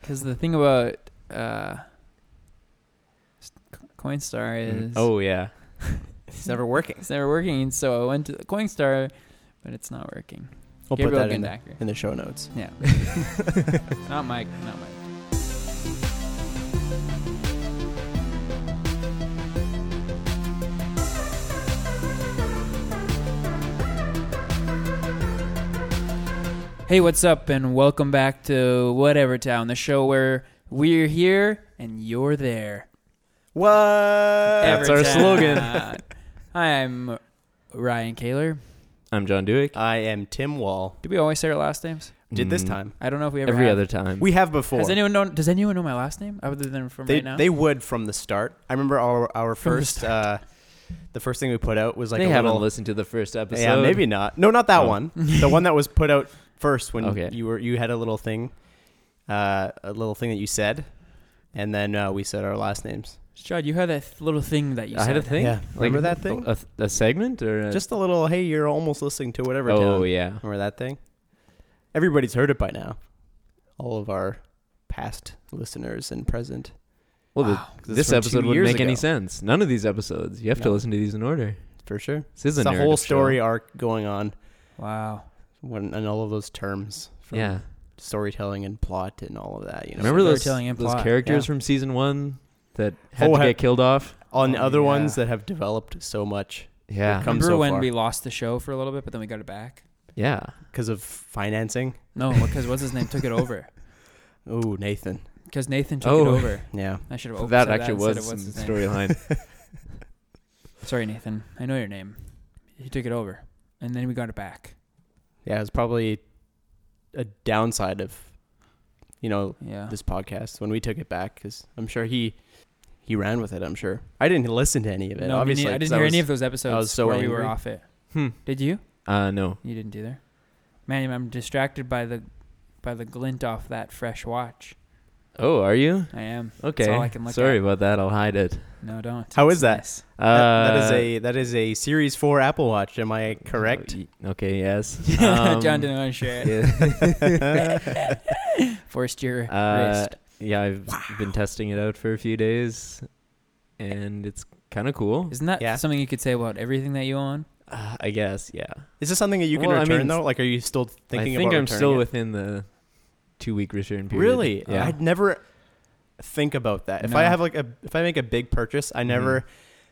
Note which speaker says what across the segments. Speaker 1: Because the thing about uh, s- Coinstar is
Speaker 2: Oh yeah.
Speaker 3: It's never working.
Speaker 1: Mm-hmm. it's never working. So I went to Coinstar, but it's not working.
Speaker 3: We'll
Speaker 1: Gabriel
Speaker 3: put that in the,
Speaker 1: Gundaker.
Speaker 3: in the show notes.
Speaker 1: Yeah. not Mike. Not Mike. Hey, what's up, and welcome back to Whatever Town, the show where we're here and you're there.
Speaker 3: What?
Speaker 2: That's our slogan.
Speaker 1: Evertown. I'm Ryan Kaler.
Speaker 2: I'm John Dewick.
Speaker 3: I am Tim Wall.
Speaker 1: Did we always say our last names?
Speaker 3: Did this
Speaker 2: Mm,
Speaker 3: time.
Speaker 1: I don't know if we ever
Speaker 2: Every
Speaker 1: have.
Speaker 2: other time.
Speaker 3: We have before.
Speaker 1: Has anyone known, does anyone know my last name other than from
Speaker 3: they,
Speaker 1: right now?
Speaker 3: they would from the start. I remember our our
Speaker 1: From the
Speaker 3: first uh the first thing we put out was like
Speaker 2: they
Speaker 3: a
Speaker 2: haven't
Speaker 3: little
Speaker 2: listened to the first episode.
Speaker 3: Yeah, maybe not. No, not that
Speaker 2: Oh.
Speaker 3: one. the one that was put out first when
Speaker 2: Okay.
Speaker 3: you were you had a little thing uh a little thing that you said and then uh, we said our last names.
Speaker 1: Shad, you had that th- little thing that you
Speaker 2: I
Speaker 1: said.
Speaker 2: had a thing.
Speaker 3: Yeah. Remember that thing?
Speaker 2: A, a segment or a,
Speaker 3: Just a little hey, you're almost listening to whatever
Speaker 2: Oh
Speaker 3: town.
Speaker 2: yeah.
Speaker 3: Remember that thing? Everybody's heard it by now. All of our past listeners and present.
Speaker 2: Well,
Speaker 1: Wow.
Speaker 2: the,
Speaker 3: 'Cause it's
Speaker 2: this
Speaker 3: from
Speaker 2: episode
Speaker 3: two
Speaker 2: wouldn't
Speaker 3: years
Speaker 2: make any
Speaker 3: ago.
Speaker 2: sense. None of these episodes. You have to
Speaker 3: No.
Speaker 2: listen to these in order.
Speaker 3: For sure.
Speaker 2: This is
Speaker 3: It's
Speaker 2: a
Speaker 3: a whole
Speaker 2: narrative
Speaker 3: story
Speaker 2: show.
Speaker 3: arc going on
Speaker 1: Wow.
Speaker 3: when, and all of those terms from
Speaker 2: Yeah.
Speaker 3: storytelling and plot and all of that. You know,
Speaker 2: Remember
Speaker 1: they're
Speaker 2: those,
Speaker 1: telling in
Speaker 2: those
Speaker 1: plot.
Speaker 2: characters
Speaker 3: Yeah.
Speaker 2: from season one that had
Speaker 3: Oh,
Speaker 2: to
Speaker 3: ha-
Speaker 2: get killed off?
Speaker 3: on
Speaker 1: Oh,
Speaker 3: other
Speaker 1: yeah.
Speaker 3: ones that have developed so much
Speaker 2: Yeah.
Speaker 3: Come
Speaker 1: Remember
Speaker 3: so
Speaker 1: when
Speaker 3: far.
Speaker 1: we lost the show for a little bit, but then we got it back?
Speaker 2: yeah.
Speaker 3: because of financing.
Speaker 1: No, because what's his name took it over?
Speaker 3: Ooh, Nathan.
Speaker 1: Because Nathan took it
Speaker 2: Oh.
Speaker 1: over.
Speaker 3: Yeah,
Speaker 1: I should have
Speaker 2: that
Speaker 1: said
Speaker 2: actually
Speaker 1: Oh, that instead of
Speaker 2: was
Speaker 1: what's his
Speaker 2: the
Speaker 1: name.
Speaker 2: storyline.
Speaker 1: Sorry, Nathan. I know your name. You took it over, and then we got it back.
Speaker 3: yeah. It's probably a downside of you know
Speaker 1: Yeah.
Speaker 3: this podcast when we took it back because I'm sure he he ran with it. I'm sure I didn't listen to any of it.
Speaker 1: no, me
Speaker 3: obviously,
Speaker 1: neither. I
Speaker 3: 'cause
Speaker 1: didn't hear
Speaker 3: was-
Speaker 1: any of those episodes
Speaker 3: so
Speaker 1: where we were
Speaker 3: angry.
Speaker 1: off it.
Speaker 2: hmm.
Speaker 1: Did you?
Speaker 2: Uh, no.
Speaker 1: You didn't either. Man, I'm distracted by the by the glint off that fresh watch.
Speaker 2: Oh, are you?
Speaker 1: I am.
Speaker 2: Okay.
Speaker 1: all I can look
Speaker 2: Sorry
Speaker 1: at.
Speaker 2: about that. I'll hide it.
Speaker 1: No, don't.
Speaker 3: How
Speaker 1: It's
Speaker 3: is that?
Speaker 1: nice.
Speaker 2: Uh,
Speaker 3: that, that is a that is a Series Four Apple Watch. Am I correct?
Speaker 2: y- Okay. Yes. Um,
Speaker 1: John didn't want to share it. Forced your
Speaker 2: Uh,
Speaker 1: wrist.
Speaker 2: yeah, I've been testing it out for a few days, and it's kind of cool.
Speaker 1: Isn't that
Speaker 3: yeah.
Speaker 1: something you could say about everything that you own?
Speaker 2: Uh, I guess. Yeah.
Speaker 3: Is this something that you can
Speaker 2: Well, I
Speaker 3: return
Speaker 2: mean,
Speaker 3: though? Like, are you still thinking
Speaker 2: I think
Speaker 3: about
Speaker 2: I'm
Speaker 3: returning
Speaker 2: still
Speaker 3: it?
Speaker 2: within the two-week return period.
Speaker 3: Really?
Speaker 2: Yeah.
Speaker 3: I'd never think about that. If I
Speaker 1: No.
Speaker 3: have like a if I make a big purchase, I never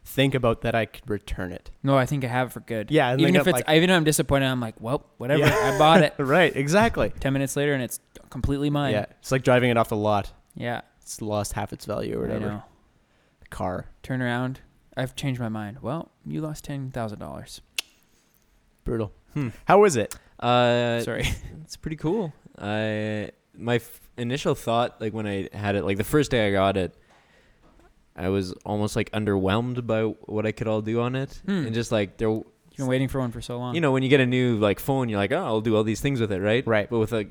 Speaker 3: think about that I could return it.
Speaker 1: No, I think I have for good.
Speaker 3: Yeah, and
Speaker 1: Even
Speaker 3: they
Speaker 1: if
Speaker 3: got,
Speaker 1: it's,
Speaker 3: like-
Speaker 1: even if I'm disappointed, I'm like, well, whatever.
Speaker 3: Yeah.
Speaker 1: I bought it.
Speaker 3: Right, exactly.
Speaker 1: Ten minutes later, and it's completely mine.
Speaker 3: Yeah. It's like driving it off the lot.
Speaker 1: yeah.
Speaker 3: It's lost half its value or
Speaker 1: I
Speaker 3: whatever.
Speaker 1: know.
Speaker 3: The car.
Speaker 1: Turn around. I've changed my mind. Well, you lost ten thousand dollars.
Speaker 3: Brutal.
Speaker 2: Hmm.
Speaker 3: How is it?
Speaker 2: Uh,
Speaker 1: Sorry.
Speaker 2: It's pretty cool. I my f- initial thought, like when I had it, like the first day I got it, I was almost like underwhelmed by what I could all do on it,
Speaker 1: Hmm.
Speaker 2: and just like there, w-
Speaker 1: You've been waiting for one for so long.
Speaker 2: you know, when you get a new like phone, you're like, oh, I'll do all these things with it, right?
Speaker 3: Right.
Speaker 2: But with a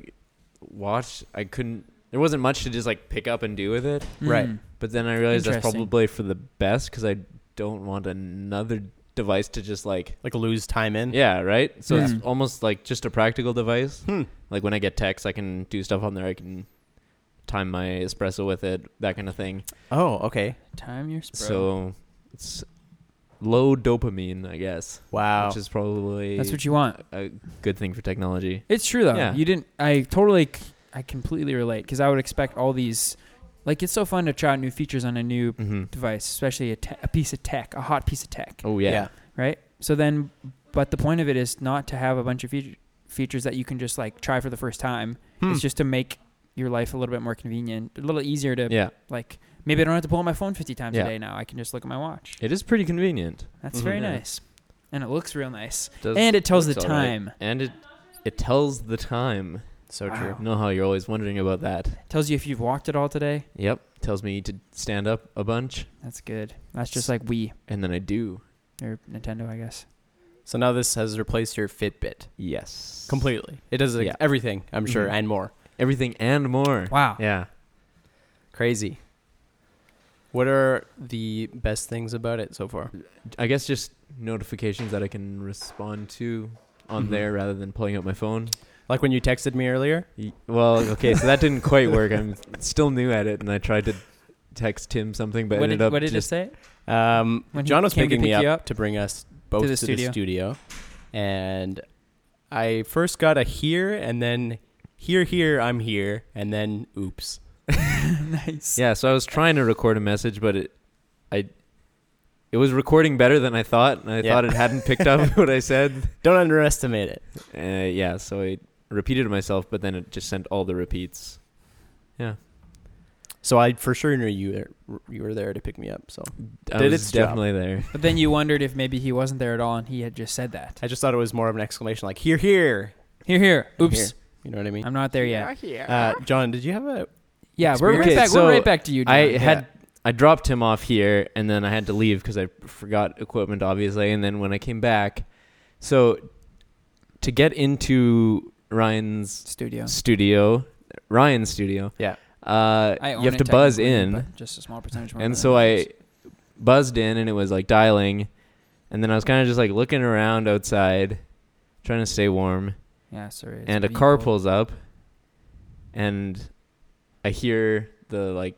Speaker 2: watch, I couldn't. There wasn't much to just like pick up and do with it.
Speaker 3: right.
Speaker 1: Hmm.
Speaker 2: But then I realized that's
Speaker 1: Interesting.
Speaker 2: probably for the best because I don't want another device to just like
Speaker 3: Like lose time in?
Speaker 2: yeah, right? So
Speaker 1: Yeah.
Speaker 2: it's almost like just a practical device.
Speaker 3: Hmm.
Speaker 2: Like when I get texts, I can do stuff on there. I can time my espresso with it, that kind of thing.
Speaker 3: Oh, okay.
Speaker 1: Time your spro.
Speaker 2: So it's low dopamine, I guess,
Speaker 3: Wow.
Speaker 2: which is probably
Speaker 1: that's what you want.
Speaker 2: a good thing for technology.
Speaker 1: It's true though.
Speaker 2: Yeah.
Speaker 1: You didn't. I totally. c- I completely relate because I would expect all these. Like it's so fun to try out new features on a new
Speaker 2: Mm-hmm.
Speaker 1: device, especially a, te- a piece of tech, a hot piece of tech,
Speaker 2: Oh yeah.
Speaker 1: right? So then, but the point of it is not to have a bunch of feature, features that you can just like try for the first time.
Speaker 3: Hmm.
Speaker 1: It's just to make your life a little bit more convenient, a little easier to
Speaker 2: Yeah.
Speaker 1: like. Maybe I don't have to pull out my phone 50 times
Speaker 2: Yeah.
Speaker 1: a day now. I can just look at my watch.
Speaker 2: It is pretty convenient.
Speaker 1: That's
Speaker 3: Mhm.
Speaker 1: very
Speaker 2: Yeah.
Speaker 1: nice. And it looks real nice.
Speaker 2: Does-
Speaker 1: and it tells the
Speaker 2: looks all right.
Speaker 1: time.
Speaker 2: And it it tells the time.
Speaker 3: So
Speaker 1: Wow.
Speaker 3: true.
Speaker 2: You know how you're always wondering about that.
Speaker 1: Tells you if you've walked at all today.
Speaker 2: Yep. Tells me to stand up a bunch,
Speaker 1: That's good. That's just like Wii
Speaker 2: and then I do.
Speaker 1: or Nintendo, I guess.
Speaker 3: So now this has replaced your Fitbit
Speaker 2: Yes.
Speaker 3: completely. It does like,
Speaker 2: Yeah.
Speaker 3: everything, I'm sure,
Speaker 2: Mhm.
Speaker 3: and more.
Speaker 2: Everything and more.
Speaker 1: Wow.
Speaker 2: Yeah.
Speaker 3: Crazy. What are the best things about it so far?
Speaker 2: I guess just notifications that I can respond to on
Speaker 3: Mhm.
Speaker 2: there rather than pulling out my phone.
Speaker 3: Like when you texted me earlier.
Speaker 2: Y- Well, okay, so that didn't quite work. I'm still new at it, and I tried to text him something, but
Speaker 1: what
Speaker 2: ended
Speaker 1: did,
Speaker 2: up
Speaker 1: what did it
Speaker 2: just
Speaker 1: say?
Speaker 3: Um,
Speaker 1: When he
Speaker 3: John was
Speaker 1: came to
Speaker 3: picking me
Speaker 1: pick
Speaker 3: up,
Speaker 1: you up?
Speaker 3: to bring us both
Speaker 1: the
Speaker 3: to the studio.
Speaker 1: studio.
Speaker 3: and I first got a here, and then here, here, I'm here, and then oops.
Speaker 1: nice.
Speaker 2: yeah. So I was trying to record a message, but it, I, it was recording better than I thought, and I
Speaker 3: Yeah.
Speaker 2: thought it hadn't picked up what I said.
Speaker 3: Don't underestimate it.
Speaker 2: Uh, yeah, so I repeated it myself, but then it just sent all the repeats.
Speaker 3: So I for sure knew you were, you were there to pick me up. So
Speaker 2: I
Speaker 3: Did
Speaker 2: was
Speaker 3: its job.
Speaker 2: definitely there.
Speaker 1: But then you wondered if maybe he wasn't there at all and he had just said that.
Speaker 3: I just thought it was more of an exclamation, like here, here.
Speaker 1: Here, here.
Speaker 3: and
Speaker 1: Oops.
Speaker 3: here. You know what I mean?
Speaker 1: I'm not there yet.
Speaker 3: Uh, John, did you have a?
Speaker 1: Yeah, we're right
Speaker 2: Okay,
Speaker 1: back.
Speaker 2: so
Speaker 1: we're right back to you. John.
Speaker 2: I had I dropped him off here, and then I had to leave because I forgot equipment, obviously. And then when I came back, so to get into Ryan's
Speaker 1: studio.
Speaker 2: studio, Ryan's studio,
Speaker 3: Yeah.
Speaker 2: uh,
Speaker 1: I own
Speaker 2: you have
Speaker 1: it
Speaker 2: to buzz
Speaker 1: technically,
Speaker 2: in,
Speaker 1: but just a small percentage. more
Speaker 2: and
Speaker 1: than
Speaker 2: so I
Speaker 1: others.
Speaker 2: buzzed in, and it was like dialing, and then I was kind of just like looking around outside, trying to stay warm.
Speaker 1: yeah, sorry. it's
Speaker 2: and a
Speaker 1: being
Speaker 2: car
Speaker 1: cold.
Speaker 2: pulls up and i hear the like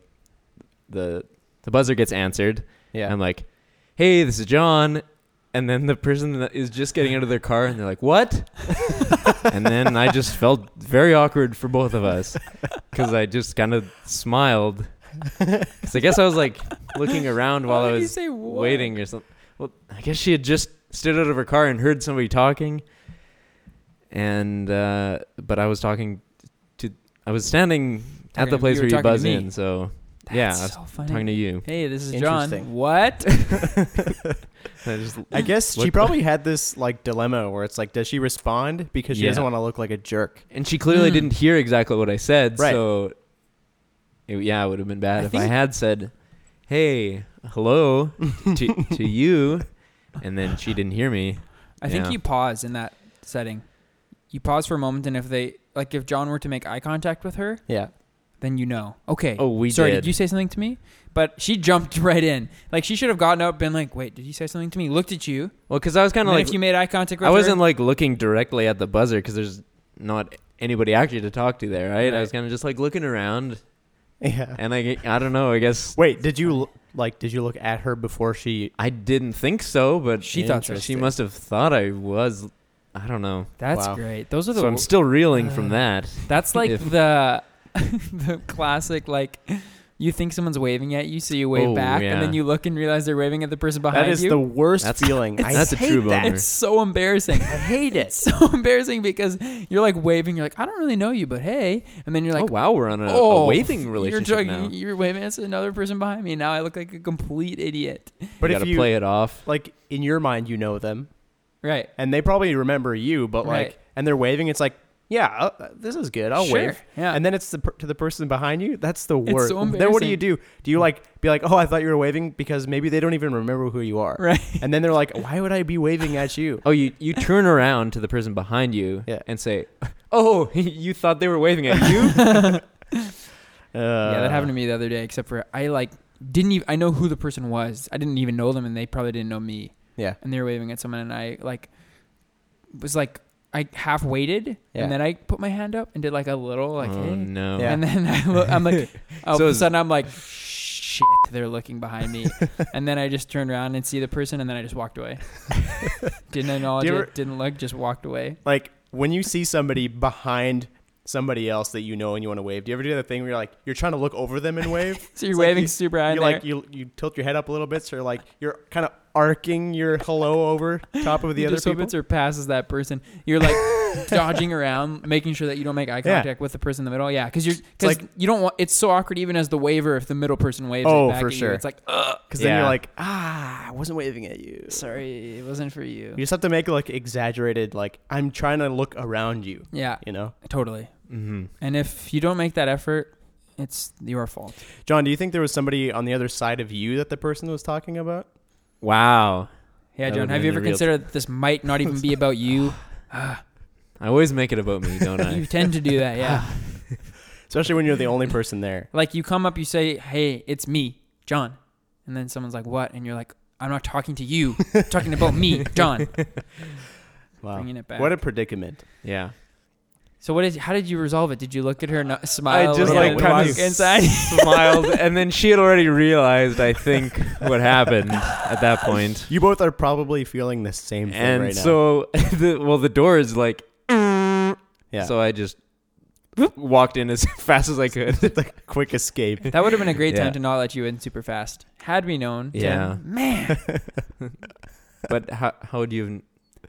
Speaker 2: the the buzzer gets answered
Speaker 3: Yeah.
Speaker 2: i'm like hey this is john and then the person that is just getting out of their car and they're like what and then i just felt very awkward for both of us because i just kind of smiled 'Cause i guess i was like looking around while
Speaker 1: Why
Speaker 2: i
Speaker 1: did you
Speaker 2: was
Speaker 1: say what?
Speaker 2: waiting or something well i guess she had just stood out of her car and heard somebody talking and uh but i was talking to i was standing at
Speaker 1: Talking
Speaker 2: the
Speaker 1: to-
Speaker 2: place
Speaker 1: you were
Speaker 2: where
Speaker 1: talking
Speaker 2: you
Speaker 1: to
Speaker 2: buzz
Speaker 1: me.
Speaker 2: in so
Speaker 1: That's
Speaker 2: yeah, I was
Speaker 1: so funny.
Speaker 2: talking to you
Speaker 1: Hey, this is
Speaker 3: Interesting.
Speaker 1: John. What?
Speaker 2: I just-
Speaker 3: I guess she
Speaker 2: Look-
Speaker 3: probably had this like dilemma where it's like, does she respond because she
Speaker 2: Yeah.
Speaker 3: doesn't want to look like a jerk?
Speaker 2: and she clearly
Speaker 1: Mm.
Speaker 2: didn't hear exactly what i said
Speaker 3: Right.
Speaker 2: so it- yeah it would have been bad
Speaker 3: I
Speaker 2: if i
Speaker 3: think-
Speaker 2: had said hey hello to, to you and then she didn't hear me
Speaker 1: I think
Speaker 2: Yeah.
Speaker 1: you pause in that setting. You pause for a moment, and if they like, if John were to make eye contact with her,
Speaker 3: Yeah.
Speaker 1: then you know. Okay.
Speaker 2: oh we
Speaker 1: Sorry,
Speaker 2: did,
Speaker 1: did you say something to me? But she jumped right in. Like she should have gotten up, been like, "Wait, did you say something to me?" Looked at you.
Speaker 2: well because i was
Speaker 1: Kind
Speaker 2: kind
Speaker 1: of
Speaker 2: of like
Speaker 1: if you made eye contact with
Speaker 2: I wasn't
Speaker 1: her.
Speaker 2: like looking directly at the buzzer because there's not anybody actually to talk to there, right? I was
Speaker 1: Right.
Speaker 2: kind of just like looking around,
Speaker 3: Yeah.
Speaker 2: and I g- I don't know. I guess
Speaker 3: Wait, did you l- like? Did you look at her before she?
Speaker 2: I didn't think so, but
Speaker 1: She thought so.
Speaker 2: she must have thought I was. I don't know.
Speaker 1: That's
Speaker 3: Wow.
Speaker 1: great. Those are the.
Speaker 2: So I'm still reeling from
Speaker 3: Uh,
Speaker 2: that.
Speaker 1: that's like
Speaker 2: if-
Speaker 1: the the classic like. You think someone's waving at you, so you wave
Speaker 2: Oh,
Speaker 1: back,
Speaker 2: yeah.
Speaker 1: and then you look and realize they're waving at the person behind
Speaker 3: That is
Speaker 1: you.
Speaker 3: the worst
Speaker 2: That's-
Speaker 3: feeling. I
Speaker 2: that's a
Speaker 3: hate
Speaker 2: true
Speaker 3: that.
Speaker 2: bummer.
Speaker 1: It's so embarrassing. I hate it. so embarrassing because you're like waving. You're like, I don't really know you, but hey. And then you're like,
Speaker 2: oh wow, we're on a, a
Speaker 1: oh,
Speaker 2: waving
Speaker 1: you're,
Speaker 2: relationship
Speaker 1: joking-
Speaker 2: now. You
Speaker 1: you're waving at another person behind me. Now I look like a complete idiot.
Speaker 3: But if
Speaker 2: gotta
Speaker 3: you
Speaker 2: play it off.
Speaker 3: like in your mind, you know them,
Speaker 1: Right.
Speaker 3: and they probably remember you, but like,
Speaker 1: Right.
Speaker 3: and they're waving. It's like, yeah, uh, this is good. I'll
Speaker 1: Sure.
Speaker 3: wave.
Speaker 1: Yeah.
Speaker 3: And then it's the, per- to the person behind you. That's the
Speaker 1: It's
Speaker 3: worst.
Speaker 1: so
Speaker 3: then what do you
Speaker 1: embarrassing.
Speaker 3: do? Do you like be like, oh, I thought you were waving because maybe they don't even remember who you are,
Speaker 1: Right.
Speaker 3: and then they're like, why would I be waving at you?
Speaker 2: Oh, you you turn around to the person behind you
Speaker 3: Yeah.
Speaker 2: and say, "Oh, you thought they were waving at you."
Speaker 3: Uh,
Speaker 1: yeah, that happened to me the other day. Except for I like didn't even I know who the person was. I didn't even know them, and they probably didn't know me.
Speaker 3: Yeah.
Speaker 1: And they were waving at someone, and I like was like I half waited,
Speaker 3: Yeah.
Speaker 1: and then I put my hand up and did like a little like,
Speaker 2: oh
Speaker 1: hey.
Speaker 2: no.
Speaker 3: Yeah.
Speaker 1: And then I look, I'm like, all
Speaker 2: So
Speaker 1: of a
Speaker 2: is-
Speaker 1: sudden I'm like, shit, they're looking behind me. and then I just turned around and see the person, and then I just walked away. didn't acknowledge
Speaker 3: Do you ever-
Speaker 1: it, didn't look, just walked away.
Speaker 3: Uh, like when you see somebody behind somebody else that you know and you want to wave. Do you ever do that thing where you're like you're trying to look over them and wave?
Speaker 1: So you're
Speaker 3: It's like
Speaker 1: waving
Speaker 3: you-
Speaker 1: super high. in
Speaker 3: you
Speaker 1: there.
Speaker 3: like you you tilt your head up a little bit, so you're like you're kind of arcing your hello over top of the
Speaker 1: you
Speaker 3: other
Speaker 1: just
Speaker 3: people.
Speaker 1: hope it surpasses that person. You're like dodging around, making sure that you don't make eye
Speaker 3: Yeah.
Speaker 1: contact with the person in the middle. Yeah, because you're because
Speaker 3: like-
Speaker 1: you don't want. It's so awkward even as the waver if the middle person waves. it
Speaker 3: Oh,
Speaker 1: back
Speaker 3: for
Speaker 1: at you.
Speaker 3: sure.
Speaker 1: It's like, Ugh,
Speaker 3: Because then you're
Speaker 2: Uh, Yeah.
Speaker 3: like, ah, I wasn't waving at you.
Speaker 1: sorry, it wasn't for you.
Speaker 3: You just have to make like exaggerated, like I'm trying to look around you.
Speaker 1: Yeah,
Speaker 3: You know,
Speaker 1: totally.
Speaker 2: Mm-hmm.
Speaker 1: And if you don't make that effort, it's your fault.
Speaker 3: John. Do you think there was somebody on the other side of you that the person was talking about?
Speaker 2: Wow.
Speaker 1: Yeah,
Speaker 2: That
Speaker 1: John,
Speaker 2: would've
Speaker 1: have you
Speaker 2: been
Speaker 1: ever
Speaker 2: the real-
Speaker 1: considered that this might not even be about you?
Speaker 2: I always make it about me, don't
Speaker 1: you
Speaker 2: I?
Speaker 1: tend to do that, yeah.
Speaker 3: Especially when you're the only person there.
Speaker 1: like you come up, you say, "Hey, it's me, John," and then someone's like, "What?" and you're like, "I'm not talking to you. I'm talking about me, John."
Speaker 3: Wow,
Speaker 1: Bringing it back.
Speaker 3: what a predicament.
Speaker 2: yeah.
Speaker 1: So what is? How did you resolve it? Did you look at her and smile?
Speaker 2: I just
Speaker 1: and
Speaker 2: like
Speaker 1: then
Speaker 2: kind
Speaker 1: walk
Speaker 2: of
Speaker 1: inside.
Speaker 2: smiled, and then she had already realized, I think, what happened at that point.
Speaker 3: You both are probably feeling the same thing
Speaker 2: And
Speaker 3: right now.
Speaker 2: so, the, well, the door is like,
Speaker 3: Yeah.
Speaker 2: so I just walked in as fast as I could.
Speaker 3: the quick escape.
Speaker 1: That would have been a great time
Speaker 2: Yeah.
Speaker 1: to not let you in super fast. Had we known, then,
Speaker 2: Yeah.
Speaker 1: man,
Speaker 2: But how how would you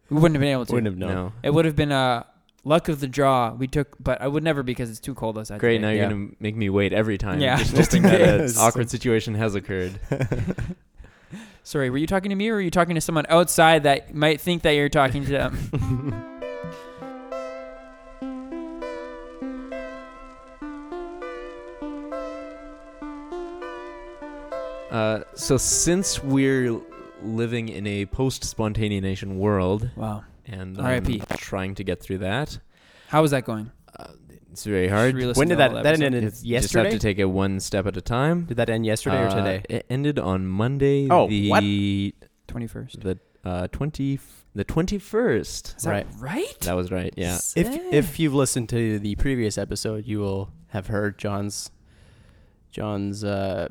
Speaker 1: we wouldn't have been able to.
Speaker 3: Wouldn't have known.
Speaker 2: know?
Speaker 1: It would have been a luck of the draw. We took, but I would never because it's too cold outside.
Speaker 2: Great,
Speaker 1: today.
Speaker 2: now you're
Speaker 3: Yeah.
Speaker 2: gonna make me wait every time.
Speaker 1: Yeah.
Speaker 2: just
Speaker 3: Just in
Speaker 2: hoping that an
Speaker 3: case.
Speaker 2: awkward situation has occurred.
Speaker 1: Sorry, were you talking to me or were you talking to someone outside that might think that you're talking to them?
Speaker 2: Uh, so since we're living in a post-spontaneation world,
Speaker 1: wow.
Speaker 2: and
Speaker 1: R.I.P..
Speaker 2: I'm trying to get through that,
Speaker 1: How was that going?
Speaker 2: Uh, it's very hard.
Speaker 1: Just re-listen
Speaker 3: when
Speaker 1: to
Speaker 3: did
Speaker 1: all
Speaker 3: that that
Speaker 1: episode.
Speaker 3: ended
Speaker 2: Just have
Speaker 3: yesterday?
Speaker 2: to take it one step at a time.
Speaker 3: did that end yesterday or
Speaker 2: Uh,
Speaker 3: today?
Speaker 2: It ended on Monday.
Speaker 3: Oh,
Speaker 2: the
Speaker 3: what?
Speaker 1: Twenty first.
Speaker 2: the uh, twenty the twenty first.
Speaker 1: Is that right?
Speaker 3: right.
Speaker 2: That was right. Yeah.
Speaker 3: If
Speaker 1: Sick.
Speaker 3: if you've listened to the previous episode, you will have heard John's John's uh,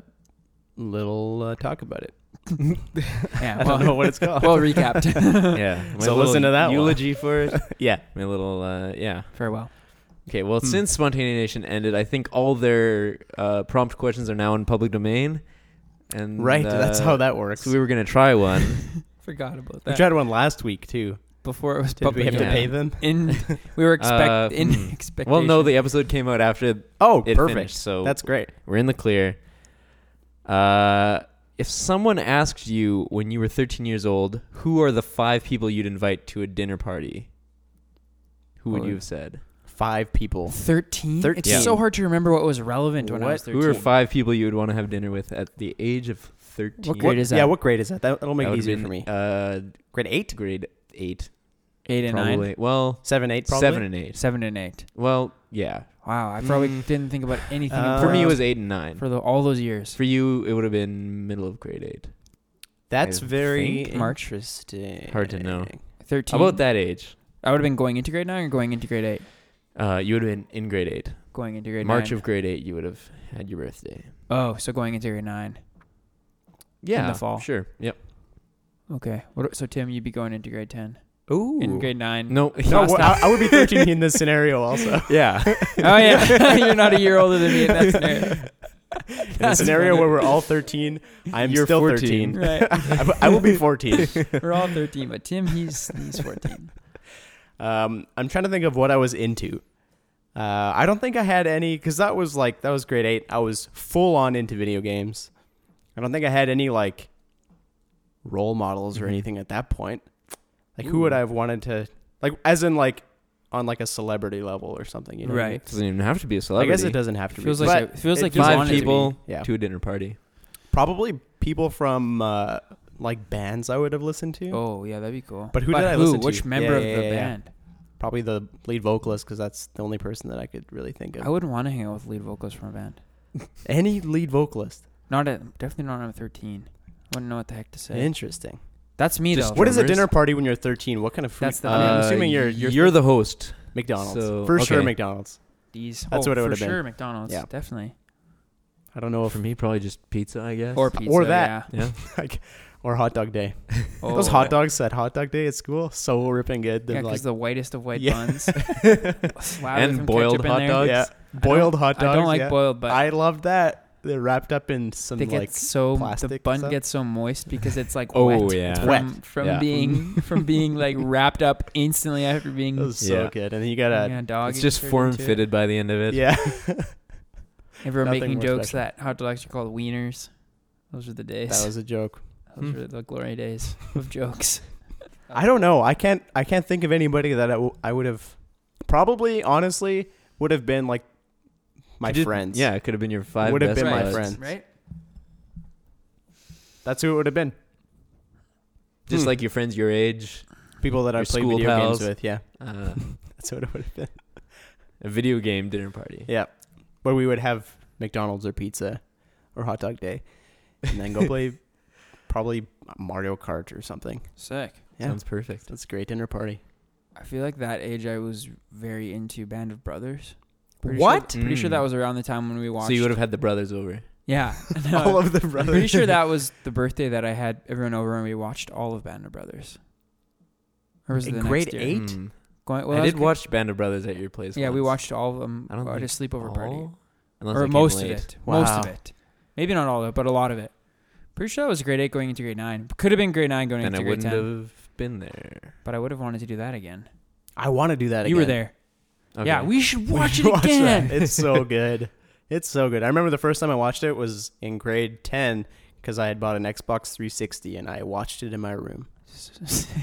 Speaker 3: little uh, talk about it.
Speaker 1: yeah,
Speaker 3: I don't know
Speaker 1: well,
Speaker 3: what it's called.
Speaker 1: well recapped.
Speaker 2: yeah. My
Speaker 3: So
Speaker 2: little
Speaker 3: listen to that one.
Speaker 2: eulogy for it.
Speaker 3: yeah,
Speaker 2: My little uh, yeah.
Speaker 1: Farewell.
Speaker 2: Okay, well,
Speaker 3: Hmm.
Speaker 2: since Spontaneation ended, I think all their uh, prompt questions are now in public domain. And
Speaker 3: right.
Speaker 2: uh,
Speaker 3: that's how that works.
Speaker 2: So we were gonna try one.
Speaker 1: Forgot about
Speaker 3: we
Speaker 1: that.
Speaker 3: tried one last week too.
Speaker 1: Before it was
Speaker 3: Did we
Speaker 1: public.
Speaker 3: have to
Speaker 2: yeah.
Speaker 3: pay them?
Speaker 1: In we were expect
Speaker 2: Uh,
Speaker 1: in
Speaker 2: hmm.
Speaker 1: expectation.
Speaker 2: well, no, the episode came out after
Speaker 3: Oh,
Speaker 2: it
Speaker 3: perfect.
Speaker 2: finished, so
Speaker 3: That's great.
Speaker 2: we're in the clear. Uh, if someone asked you when you were 13 years old, who are the five people you'd invite to a dinner party? Who would
Speaker 1: What
Speaker 2: you
Speaker 1: would-
Speaker 2: have said?
Speaker 3: Five people.
Speaker 1: thirteen. It's
Speaker 3: Yeah.
Speaker 1: so hard to remember what was relevant when I
Speaker 3: What?
Speaker 1: was
Speaker 2: Who
Speaker 1: thirteen.
Speaker 2: are five people you would want to have dinner with at the age of 13?
Speaker 1: What grade is that?
Speaker 3: Yeah, what grade is that? That, will make
Speaker 2: That
Speaker 3: it
Speaker 2: would've
Speaker 3: easier
Speaker 2: been,
Speaker 3: for me.
Speaker 2: Uh,
Speaker 3: grade eight,
Speaker 2: grade eight.
Speaker 1: Eight and
Speaker 2: probably.
Speaker 1: nine.
Speaker 2: Well,
Speaker 3: seven, eight, probably.
Speaker 2: seven and eight.
Speaker 1: Seven and eight.
Speaker 2: Well, yeah.
Speaker 1: Wow, I probably
Speaker 2: Mm.
Speaker 1: didn't think about anything.
Speaker 3: Uh,
Speaker 2: For me, it
Speaker 1: important
Speaker 2: was eight and nine. For,
Speaker 1: for the, all those years.
Speaker 2: you, it would have been middle of grade eight.
Speaker 3: That's
Speaker 2: I
Speaker 3: very
Speaker 1: think March.
Speaker 3: interesting.
Speaker 2: Hard to know.
Speaker 1: Thirteen.
Speaker 2: How about that age?
Speaker 1: I would have been going into grade nine or going into grade eight.
Speaker 2: Uh, you would have been in grade eight.
Speaker 1: Going into grade
Speaker 2: March
Speaker 1: nine.
Speaker 2: of grade eight, you would have had your birthday.
Speaker 1: oh, so going into grade nine.
Speaker 2: Yeah,
Speaker 1: fall.
Speaker 2: Sure. Yep.
Speaker 1: Okay. What, so Tim, you'd be going into grade ten.
Speaker 3: Ooh.
Speaker 1: In grade nine.
Speaker 2: No.
Speaker 3: No,
Speaker 1: Last
Speaker 3: well, I, I would be 13 in this scenario also.
Speaker 2: yeah.
Speaker 1: Oh yeah, you're not a year older than me in that scenario.
Speaker 3: In the scenario where we're all 13, I'm
Speaker 2: You're
Speaker 3: still
Speaker 2: 14.
Speaker 3: 13.
Speaker 1: Right.
Speaker 3: I w- I will be 14.
Speaker 1: We're all 13, but Tim, he's he's 14.
Speaker 3: Um, I'm trying to think of what I was into. Uh, I don't think I had any because that was like that was grade eight. I was full on into video games. I don't think I had any like role models
Speaker 1: Mm-hmm.
Speaker 3: or
Speaker 2: Mhm.
Speaker 3: anything at that point. Like who would I have wanted to like as in like on like a celebrity level or something? You know what I mean?
Speaker 1: Right.
Speaker 2: Doesn't even have to be a celebrity.
Speaker 3: I guess it doesn't have to
Speaker 1: Feels
Speaker 3: be.
Speaker 1: like
Speaker 3: but
Speaker 1: it feels
Speaker 3: it
Speaker 1: like you
Speaker 3: just
Speaker 2: Five
Speaker 1: wanted to be.
Speaker 2: people to,
Speaker 3: yeah,
Speaker 2: a dinner party.
Speaker 3: probably people from uh, like bands I would have listened to.
Speaker 1: Oh yeah, that'd be cool.
Speaker 3: But who did I listen to?
Speaker 1: Which member
Speaker 3: Yeah,
Speaker 1: of
Speaker 3: yeah,
Speaker 1: the
Speaker 3: yeah, yeah.
Speaker 1: band?
Speaker 3: Probably the lead vocalist because that's the only person that I could really think of.
Speaker 1: I wouldn't want to hang out with lead vocalist from a band.
Speaker 3: Any lead vocalist.
Speaker 1: Not at definitely not at 13. Wouldn't know what the heck to say.
Speaker 3: Interesting.
Speaker 1: That's me
Speaker 2: Just
Speaker 1: though.
Speaker 3: What is a
Speaker 2: Drummers?
Speaker 3: dinner party when you're 13? What kind of food?
Speaker 1: That's the
Speaker 3: I mean, I'm
Speaker 2: Uh,
Speaker 3: assuming you're you're,
Speaker 2: you're the host.
Speaker 3: McDonald's
Speaker 2: so-
Speaker 3: for sure.
Speaker 2: okay.
Speaker 3: McDonald's.
Speaker 1: These-
Speaker 3: That's
Speaker 1: oh,
Speaker 3: what it
Speaker 1: for
Speaker 3: would've been.
Speaker 1: Sure, McDonald's.
Speaker 3: Yeah.
Speaker 1: definitely.
Speaker 3: I don't know
Speaker 2: Well,
Speaker 3: if
Speaker 2: for me, probably just pizza, I guess.
Speaker 1: Or pizza.
Speaker 3: that.
Speaker 2: yeah.
Speaker 3: like or hot dog day.
Speaker 1: Yeah. Oh.
Speaker 3: Those hot dogs at hot dog day at school so ripping good. They're
Speaker 1: Yeah, 'cause
Speaker 3: like
Speaker 1: the whitest of white
Speaker 3: Yeah.
Speaker 1: buns. Slathered
Speaker 2: And
Speaker 1: some
Speaker 2: boiled
Speaker 1: ketchup in
Speaker 2: hot
Speaker 1: there.
Speaker 2: dogs.
Speaker 3: yeah, boiled hot dogs.
Speaker 1: I don't like
Speaker 3: yeah.
Speaker 1: boiled, but
Speaker 3: I love that. They're wrapped up in some
Speaker 1: they get
Speaker 3: like
Speaker 1: so the
Speaker 3: plastic
Speaker 1: bun
Speaker 3: stuff.
Speaker 1: gets so moist because it's like
Speaker 2: Oh,
Speaker 1: wet
Speaker 2: yeah. It's
Speaker 1: from,
Speaker 3: wet.
Speaker 1: from
Speaker 2: Yeah.
Speaker 1: being from being like wrapped up instantly after being
Speaker 3: that was so
Speaker 2: Yeah.
Speaker 3: good. And then you gotta
Speaker 1: yeah, dog.
Speaker 2: It's just
Speaker 1: inserted
Speaker 2: form
Speaker 1: into it.
Speaker 2: fitted by the end of it.
Speaker 3: yeah.
Speaker 1: If we were
Speaker 3: Nothing
Speaker 1: making
Speaker 3: more
Speaker 1: jokes
Speaker 3: special.
Speaker 1: that hot dogs are called wieners. Those are the days.
Speaker 3: that was a joke.
Speaker 1: Those were the glory days of jokes.
Speaker 3: I don't know. I can't. I can't think of anybody that I, w- I would have. Probably, honestly, would have been like my
Speaker 2: Could you-
Speaker 3: friends.
Speaker 2: Yeah, it could have been your five.
Speaker 3: Would have
Speaker 2: best
Speaker 3: been my
Speaker 2: buds.
Speaker 3: friends.
Speaker 1: Right?
Speaker 3: that's who it would have been.
Speaker 2: Just
Speaker 3: Hmm.
Speaker 2: like your friends your age.
Speaker 3: People that I
Speaker 2: Your
Speaker 3: played
Speaker 2: school
Speaker 3: video
Speaker 2: pals.
Speaker 3: games with. Yeah,
Speaker 2: Uh,
Speaker 3: that's what it would have been.
Speaker 2: a video game dinner party.
Speaker 3: Yeah, where we would have McDonald's or pizza or hot dog day, and then go play probably Mario Kart or something.
Speaker 1: Sick.
Speaker 3: Yeah,
Speaker 2: Sounds perfect.
Speaker 3: that's a great dinner party.
Speaker 1: I feel like that age I was very into Band of Brothers. Pretty
Speaker 3: What?
Speaker 1: Sure, pretty sure
Speaker 2: Mm.
Speaker 1: that was around the time when we watched.
Speaker 2: So you would have had the brothers over.
Speaker 1: Yeah. No,
Speaker 3: All of the
Speaker 1: I'm
Speaker 3: brothers.
Speaker 1: pretty sure that was the birthday that I had everyone over and we watched all of Band of Brothers. Or was it
Speaker 3: In
Speaker 1: the
Speaker 3: grade
Speaker 1: next year?
Speaker 3: eight?
Speaker 2: Mm.
Speaker 1: Going, well,
Speaker 2: I
Speaker 1: that
Speaker 2: did
Speaker 1: was-
Speaker 2: watch Band of Brothers at your place.
Speaker 1: Yeah, we
Speaker 2: once.
Speaker 1: watched all of them
Speaker 2: I don't
Speaker 1: at a
Speaker 2: think
Speaker 1: sleepover party.
Speaker 2: All? Unless I
Speaker 1: Or
Speaker 2: came
Speaker 1: most of
Speaker 2: late.
Speaker 1: it. Most of
Speaker 3: Wow.
Speaker 1: it. Maybe not all of it, but a lot of it. Pretty sure that was grade 8 going into grade 9. Could have been grade 9 going
Speaker 2: Then I
Speaker 1: into grade
Speaker 2: wouldn't
Speaker 1: 10.
Speaker 2: have been there.
Speaker 1: But I would have wanted to do that again.
Speaker 3: I want to do that.
Speaker 1: You were
Speaker 3: again.
Speaker 1: there. Yeah,
Speaker 2: Okay.
Speaker 1: we should
Speaker 3: We
Speaker 1: watch
Speaker 3: should
Speaker 1: it again.
Speaker 3: that. It's so good. It's so good. I remember the first time I watched it was in grade 10 because I had bought an Xbox 360 and I watched it in my room.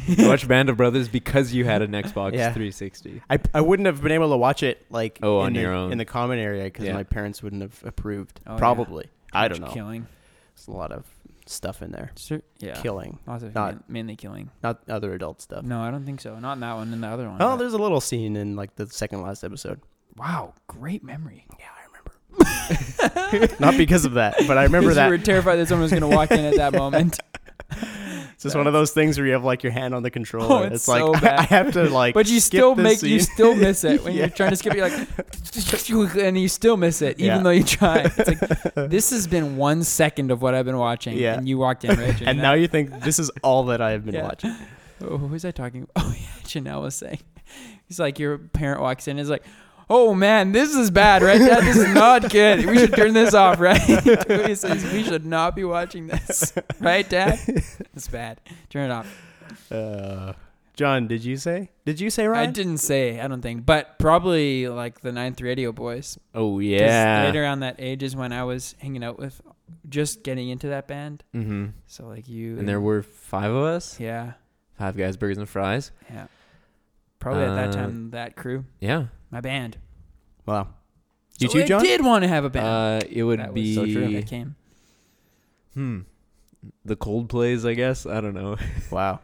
Speaker 2: You watched Band of Brothers because you had an Xbox
Speaker 3: Yeah.
Speaker 2: 360.
Speaker 3: I, I wouldn't have been able to watch it like
Speaker 2: Oh,
Speaker 3: in
Speaker 2: on
Speaker 3: the,
Speaker 2: your own.
Speaker 3: in the common area because
Speaker 2: Yeah.
Speaker 3: my parents wouldn't have approved.
Speaker 1: Oh, yeah.
Speaker 3: Probably. I don't
Speaker 1: Much
Speaker 3: know.
Speaker 1: Killing.
Speaker 3: There's a lot of stuff in there.
Speaker 1: Cer- yeah. Mm.
Speaker 3: Killing,
Speaker 1: Lots of
Speaker 3: Not-
Speaker 1: ma- mainly killing.
Speaker 3: not other adult stuff.
Speaker 1: No, I don't think so. Not in that one. In the other one.
Speaker 3: Oh,
Speaker 1: but-
Speaker 3: there's a little scene in like the second last episode.
Speaker 1: wow, great memory.
Speaker 3: Yeah, I remember. not because of that, but I remember
Speaker 1: 'Cause
Speaker 3: that.
Speaker 1: You were terrified that someone was going to walk in at that moment.
Speaker 3: It's just one of those things where you have like your hand on the controller.
Speaker 1: Oh, it's
Speaker 3: it's, like
Speaker 1: so bad.
Speaker 3: I have to like.
Speaker 1: But you
Speaker 3: skip
Speaker 1: still
Speaker 3: this
Speaker 1: make you
Speaker 3: scene.
Speaker 1: still miss it when
Speaker 3: Yeah.
Speaker 1: you're trying to skip. it, You're like, and you still miss it even
Speaker 3: Yeah.
Speaker 1: though you try. It's like this has been one second of what I've been watching,
Speaker 3: Yeah.
Speaker 1: and you walked in, Rich,
Speaker 3: and now you think this is all that I have been
Speaker 1: Yeah.
Speaker 3: watching.
Speaker 1: oh, who is I talking? Oh yeah, Janelle was saying. He's like your parent walks in, is like. Oh man, this is bad, right? Dad, this is not good. We should turn this off, right? he says we should not be watching this, right, Dad? It's bad. Turn it off.
Speaker 3: Uh, John, did you say? Did you say
Speaker 1: I
Speaker 3: Ryan?
Speaker 1: didn't say, I don't think, but probably like the Ninth Radio Boys.
Speaker 2: Oh
Speaker 1: 'Cause
Speaker 2: yeah.
Speaker 1: Right around that age is when I was hanging out with, just getting into that band.
Speaker 2: Mm-hmm.
Speaker 1: So like you
Speaker 2: And there were five of us.
Speaker 1: yeah,
Speaker 2: Five guys, burgers and fries.
Speaker 1: yeah. Probably at that
Speaker 2: Uh,
Speaker 1: time, that crew,
Speaker 2: Yeah.
Speaker 1: my band.
Speaker 3: Wow. You
Speaker 1: so
Speaker 3: too,
Speaker 1: I
Speaker 3: John?
Speaker 1: did want to have a band.
Speaker 2: Uh, it would
Speaker 1: that was
Speaker 2: be
Speaker 1: so true. That came.
Speaker 2: hmm. The cold plays, I guess. I don't know.
Speaker 3: Wow.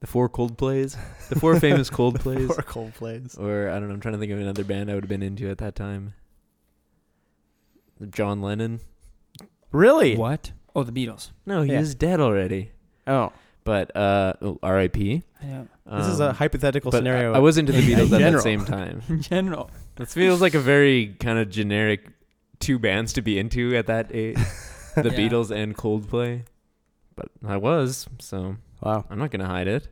Speaker 2: The four cold plays. The four famous cold plays.
Speaker 3: Or cold plays.
Speaker 2: Or I don't know. I'm trying to think of another band I would have been into at that time. John Lennon.
Speaker 3: Really?
Speaker 1: What? Oh, the Beatles.
Speaker 2: No, he
Speaker 3: Yeah.
Speaker 2: is dead already.
Speaker 3: Oh,
Speaker 2: But uh, oh, R.I.P.
Speaker 1: Yeah.
Speaker 3: this is a
Speaker 2: Um,
Speaker 3: hypothetical
Speaker 2: but I-
Speaker 3: scenario.
Speaker 2: I, was into the
Speaker 1: in
Speaker 2: Beatles at the
Speaker 3: general.
Speaker 2: same time.
Speaker 1: In general,
Speaker 2: This feels like a very kind of generic two bands to be into at that age.
Speaker 1: Yeah.
Speaker 2: The Beatles and Coldplay. But I was, so
Speaker 3: wow,
Speaker 2: I'm not going to hide it.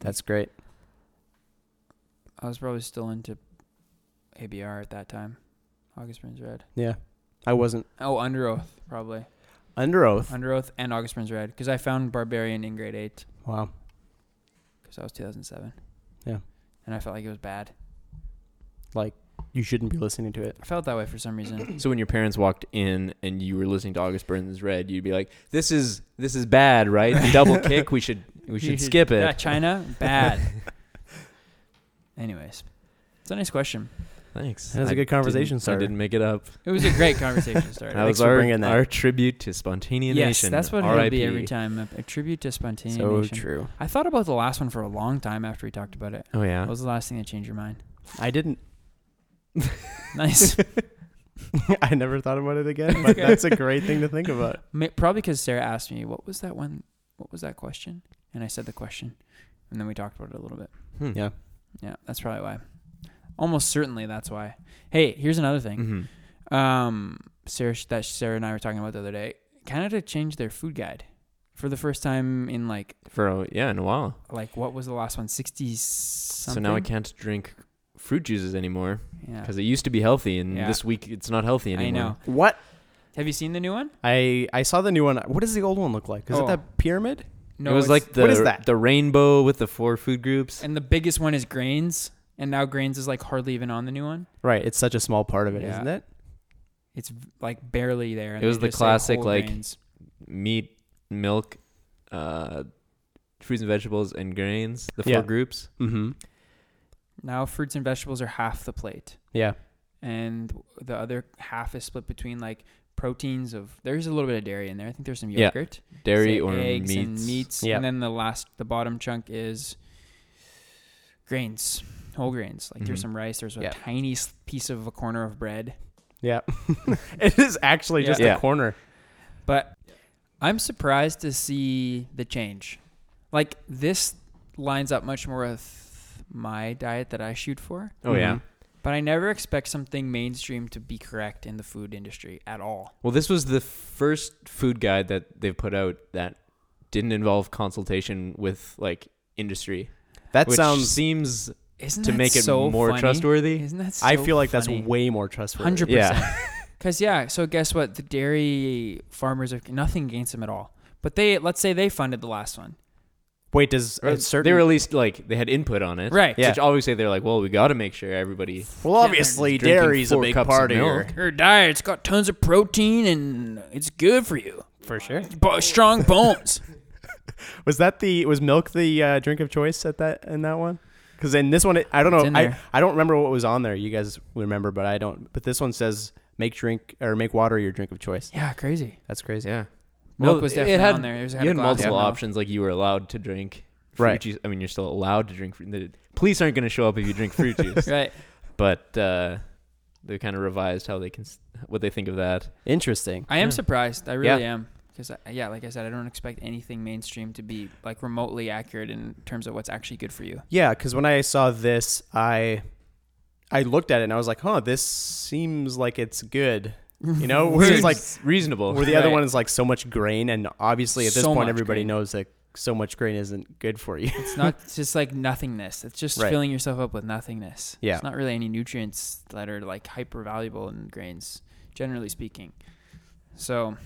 Speaker 3: that's great.
Speaker 1: I was probably still into ABR at that time. August Burns Red.
Speaker 3: Yeah, I wasn't
Speaker 1: Oh, Under Oath, probably.
Speaker 3: under oath.
Speaker 1: Under Oath and August Burns Red, because I found Barbarian in grade eight,
Speaker 3: Wow.
Speaker 1: because that was 2007.
Speaker 3: Yeah.
Speaker 1: And I felt like it was bad.
Speaker 3: You shouldn't be listening to it.
Speaker 1: I felt that way for some reason.
Speaker 2: So when your parents walked in and you were listening to August Burns Red, you'd be like, "This is this is bad, right? The double kick. We should we
Speaker 1: You
Speaker 2: should skip
Speaker 1: Yeah,
Speaker 2: it."
Speaker 1: China, bad. Anyways, it's a nice question.
Speaker 2: Thanks.
Speaker 3: That was
Speaker 2: a
Speaker 3: a good conversation
Speaker 2: I
Speaker 3: starter.
Speaker 2: didn't make it up.
Speaker 1: It was a great conversation starter.
Speaker 2: That
Speaker 3: Thanks
Speaker 2: was
Speaker 3: for
Speaker 2: our,
Speaker 3: bringing that.
Speaker 2: our tribute to Spontaneous
Speaker 1: yes,
Speaker 2: Nation.
Speaker 1: that's what it'll
Speaker 2: R.I.P..
Speaker 1: be every time. A, a tribute to spontaneous
Speaker 3: So
Speaker 1: Nation.
Speaker 3: true.
Speaker 1: I thought about the last one for a long time after we talked about it.
Speaker 2: Oh yeah.
Speaker 1: What was the last thing that changed your mind?
Speaker 3: I didn't.
Speaker 1: Nice.
Speaker 3: I never thought about it again, but
Speaker 1: Okay.
Speaker 3: that's a great thing to think about.
Speaker 1: Ma- Probably because Sarah asked me, what was that one? What was that question? And I said the question. And then we talked about it a little bit.
Speaker 2: Hmm.
Speaker 3: Yeah.
Speaker 1: Yeah, that's probably why. Almost certainly that's why. Hey, here's another thing.
Speaker 2: Mhm.
Speaker 1: um Sarah that Sarah and I were talking about the other day. Canada changed their food guide for the first time in like
Speaker 2: For a, yeah, in a while.
Speaker 1: like what was the last one? Sixty something.
Speaker 2: So now I can't drink fruit juices anymore
Speaker 1: Yeah.
Speaker 2: because it used to be healthy, and
Speaker 1: Yeah.
Speaker 2: this week it's not healthy
Speaker 1: I
Speaker 2: anymore.
Speaker 1: know.
Speaker 3: What?
Speaker 1: Have you seen the new one?
Speaker 3: I I saw the new one. What does the old one look like? Is
Speaker 1: Oh.
Speaker 3: it that pyramid?
Speaker 2: it was
Speaker 1: it's-
Speaker 2: like the
Speaker 3: What is that?
Speaker 2: the rainbow with the four food groups.
Speaker 1: and the biggest one is grains, and now grains is like hardly even on the new one.
Speaker 3: Right. It's such a small part of it,
Speaker 1: Yeah.
Speaker 3: not it?
Speaker 1: It's v- like barely there. and
Speaker 2: It was
Speaker 1: they
Speaker 2: the
Speaker 1: just say
Speaker 2: classic,
Speaker 1: whole
Speaker 2: like-
Speaker 1: grains.
Speaker 2: meat, milk, uh, fruits and vegetables, and grains. The four
Speaker 3: Yeah.
Speaker 2: groups.
Speaker 3: Mm-hmm.
Speaker 1: now fruits and vegetables are half the plate,
Speaker 3: Yeah.
Speaker 1: and the other half is split between like proteins of there's a little bit of dairy in there. I think there's some
Speaker 2: Yeah.
Speaker 1: yogurt.
Speaker 2: Dairy
Speaker 1: say
Speaker 2: or
Speaker 1: eggs
Speaker 2: meats.
Speaker 1: and meats,
Speaker 3: Yeah.
Speaker 1: and then the last, the bottom chunk is grains, whole grains. Like there's
Speaker 2: Mhm.
Speaker 1: some rice. There's a
Speaker 3: Yeah.
Speaker 1: tiny s- piece of a corner of bread.
Speaker 3: Yeah. it is actually just
Speaker 1: Yeah.
Speaker 2: Yeah.
Speaker 3: a corner.
Speaker 1: But I'm surprised to see the change. Like this lines up much more with with my diet that I shoot for,
Speaker 2: Oh yeah.
Speaker 3: Mhm.
Speaker 1: but I never expect something mainstream to be correct in the food industry at all.
Speaker 2: Well, this was the first food guide that they've put out that didn't involve consultation with like industry.
Speaker 3: That
Speaker 2: which
Speaker 3: sounds.
Speaker 2: seems
Speaker 1: Isn't
Speaker 2: to
Speaker 1: that
Speaker 2: make it
Speaker 1: so
Speaker 2: more
Speaker 1: funny?
Speaker 2: trustworthy.
Speaker 1: Isn't that? So
Speaker 3: I feel like
Speaker 1: funny?
Speaker 3: that's way more trustworthy.
Speaker 1: Hundred
Speaker 2: Yeah.
Speaker 1: percent. Because yeah, so guess what? The dairy farmers have nothing against them at all. But they let's say they funded the last one,
Speaker 3: Wait, does a certain?
Speaker 2: They released like they had input on it,
Speaker 1: right?
Speaker 3: Yeah.
Speaker 2: Which obviously they're like, well, we got to make sure everybody.
Speaker 3: well, obviously,
Speaker 2: drinking
Speaker 3: dairy's a
Speaker 2: four
Speaker 3: big
Speaker 2: cups of
Speaker 3: part of your.
Speaker 2: milk.
Speaker 1: Her diet's got tons of protein and it's good for you.
Speaker 3: For sure.
Speaker 1: Bo- strong bones.
Speaker 3: Was that the was milk the uh, drink of choice at that in that one? Because in this one, it, I don't
Speaker 1: It's
Speaker 3: know.
Speaker 1: in
Speaker 3: I,
Speaker 1: there.
Speaker 3: I don't remember what was on there. You guys remember, but I don't. But this one says make drink or make water your drink of choice.
Speaker 1: yeah, crazy.
Speaker 3: That's crazy.
Speaker 2: Yeah,
Speaker 1: Milk
Speaker 2: Well,
Speaker 1: was
Speaker 2: it
Speaker 1: definitely
Speaker 2: had-
Speaker 1: on there. There's
Speaker 2: you had multiple options. Like you were allowed to drink fruit
Speaker 3: Right.
Speaker 2: juice. I mean, you're still allowed to drink. Fruit. The police aren't going to show up if you drink fruit juice.
Speaker 1: Right.
Speaker 2: But uh, they kind of revised how they can what they think of that.
Speaker 3: Interesting.
Speaker 1: I am
Speaker 2: Yeah.
Speaker 1: surprised. I really am. Because yeah, like I said, I don't expect anything mainstream to be like remotely accurate in terms of what's actually good for you.
Speaker 3: Yeah, because when I saw this, I I looked at it and I was like, huh, this seems like it's good. You know, whereas
Speaker 2: Seems
Speaker 3: like
Speaker 2: reasonable.
Speaker 3: where the other
Speaker 1: Right.
Speaker 3: one is like so much grain, and obviously at this
Speaker 1: So
Speaker 3: point
Speaker 1: much
Speaker 3: everybody
Speaker 1: grain.
Speaker 3: knows that so much grain isn't good for you.
Speaker 1: It's not it's just like nothingness. It's just
Speaker 3: Right.
Speaker 1: filling yourself up with nothingness.
Speaker 3: Yeah.
Speaker 1: It's not really any nutrients that are like hyper valuable in grains, generally speaking. So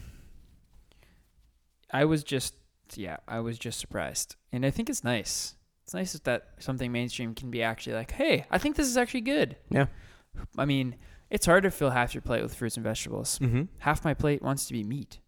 Speaker 1: I was just yeah, I was just surprised. And I think it's nice. It's nice that something mainstream can be actually like, hey, I think this is actually good.
Speaker 3: Yeah.
Speaker 1: I mean, it's hard to fill half your plate with fruits and vegetables.
Speaker 2: Mm-hmm.
Speaker 1: Half my plate wants to be meat.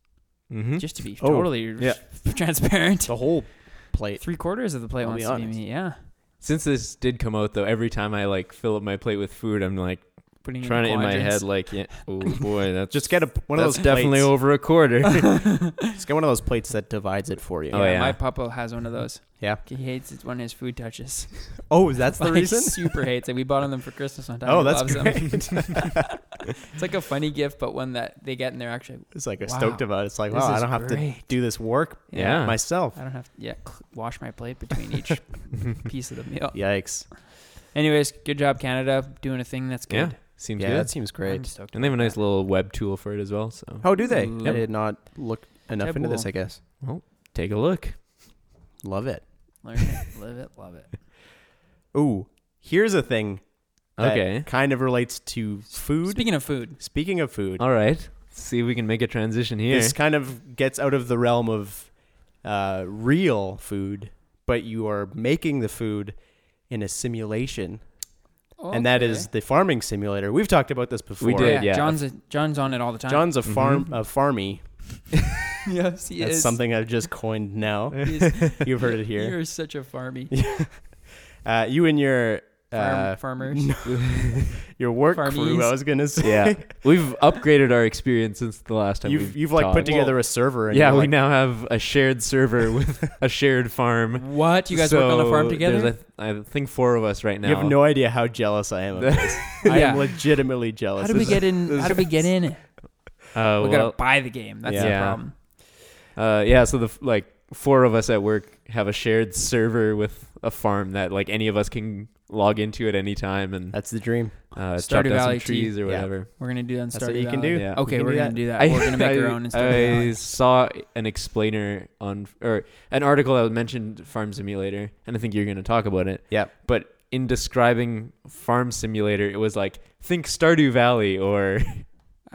Speaker 2: Mm-hmm.
Speaker 1: Just to be
Speaker 3: Oh,
Speaker 1: totally
Speaker 3: yeah.
Speaker 1: transparent.
Speaker 3: the whole plate.
Speaker 1: Three quarters of the plate
Speaker 3: I'll be
Speaker 1: wants to be
Speaker 3: honest.
Speaker 1: meat, yeah.
Speaker 2: Since this did come out though, every time I like fill up my plate with food, I'm like
Speaker 1: Putting it
Speaker 2: trying to in my
Speaker 1: quadrants.
Speaker 2: head like, yeah, oh boy, that's
Speaker 3: Just get a one of
Speaker 2: that's
Speaker 3: those
Speaker 2: definitely
Speaker 3: plates.
Speaker 2: over a quarter.
Speaker 3: Just get one of those plates that divides it for you.
Speaker 2: Oh, yeah.
Speaker 1: My papa has one of those.
Speaker 3: Yeah.
Speaker 1: He hates it when his food touches.
Speaker 3: Oh, that's
Speaker 1: Like, super hates it. We bought him them for Christmas one time.
Speaker 3: Oh,
Speaker 1: He
Speaker 3: that's
Speaker 1: loves them.
Speaker 3: great.
Speaker 1: It's like a funny gift, but one that they get and they're actually,
Speaker 3: it's like I'm
Speaker 1: Wow.
Speaker 3: stoked about. It. It's like,
Speaker 1: This
Speaker 3: wow, I
Speaker 1: is
Speaker 3: don't have to
Speaker 1: great.
Speaker 3: do this work
Speaker 2: Yeah.
Speaker 3: myself.
Speaker 1: I don't have to yeah, cl- wash my plate between each piece of the meal.
Speaker 3: Yikes!
Speaker 1: Anyways, good job, Canada, doing a thing that's
Speaker 2: yeah,
Speaker 1: good.
Speaker 2: seems
Speaker 3: yeah,
Speaker 2: good.
Speaker 3: that seems
Speaker 1: I'm
Speaker 3: great.
Speaker 1: stoked
Speaker 2: And they have a
Speaker 1: about
Speaker 2: nice
Speaker 1: that.
Speaker 2: little web tool for it as well. So
Speaker 3: How do they? I
Speaker 1: Yep.
Speaker 3: did not look enough into this. I guess.
Speaker 2: take a look.
Speaker 3: Love it.
Speaker 1: Learn it, live it, love it.
Speaker 3: Ooh, here's a thing. That
Speaker 2: Okay,
Speaker 3: Kind of relates to food.
Speaker 1: Speaking of food,
Speaker 3: Speaking of food,
Speaker 2: all right. See if we can make a transition here.
Speaker 3: this kind of gets out of the realm of uh, real food, but you are making the food in a simulation, and that is
Speaker 1: Okay.
Speaker 3: the farming simulator. We've talked about this before.
Speaker 2: We did, yeah.
Speaker 1: John's a, John's on it all the time.
Speaker 3: John's a farm
Speaker 2: Mhm.
Speaker 3: a farmy.
Speaker 1: yes, he
Speaker 3: That's
Speaker 1: is.
Speaker 3: something I've just coined now.
Speaker 1: He is-
Speaker 3: You've heard it here.
Speaker 1: You're such a farmy.
Speaker 3: Uh, you and your
Speaker 1: Farm,
Speaker 3: uh,
Speaker 1: farmers.
Speaker 3: your work crew.
Speaker 1: Farmies.
Speaker 3: I was gonna say.
Speaker 2: yeah, we've upgraded our experience since the last time
Speaker 3: You've
Speaker 2: we've
Speaker 3: you've like put
Speaker 2: talked.
Speaker 3: together a server. And
Speaker 2: Yeah,
Speaker 3: you're
Speaker 2: we
Speaker 3: like,
Speaker 2: now have a shared server with a shared farm.
Speaker 1: What? You guys work on a farm
Speaker 2: So
Speaker 1: together?
Speaker 2: There's I think four of us right now.
Speaker 3: You have no idea how jealous I am. Of this. I
Speaker 1: Yeah.
Speaker 3: am legitimately jealous.
Speaker 1: how do we
Speaker 3: This-
Speaker 1: get in? How do we get in? it?
Speaker 2: Uh,
Speaker 1: we
Speaker 2: well,
Speaker 1: gotta buy the game. That's
Speaker 2: Yeah.
Speaker 1: the problem.
Speaker 2: uh, yeah. So the f- like four of us at work have a shared server with a farm that like any of us can log into at any time and
Speaker 3: That's the dream.
Speaker 2: uh,
Speaker 1: Stardew
Speaker 2: chop down some
Speaker 1: Valley
Speaker 2: trees
Speaker 1: tea.
Speaker 2: or
Speaker 3: Yeah.
Speaker 2: whatever.
Speaker 1: We're gonna do it on
Speaker 3: That's what
Speaker 1: Stardew
Speaker 3: you can
Speaker 1: Valley.
Speaker 3: do.
Speaker 2: Yeah.
Speaker 3: We
Speaker 1: Okay,
Speaker 3: can
Speaker 1: we're
Speaker 3: do
Speaker 1: gonna
Speaker 3: that.
Speaker 1: do that.
Speaker 2: I-
Speaker 1: We're gonna make our
Speaker 2: I-
Speaker 1: own. in Stardew
Speaker 2: I
Speaker 1: Valley.
Speaker 2: saw an explainer on or an article that mentioned Farm Simulator, and I think you're going to talk about it.
Speaker 3: Yep.
Speaker 2: But in describing Farm Simulator, it was like think Stardew Valley or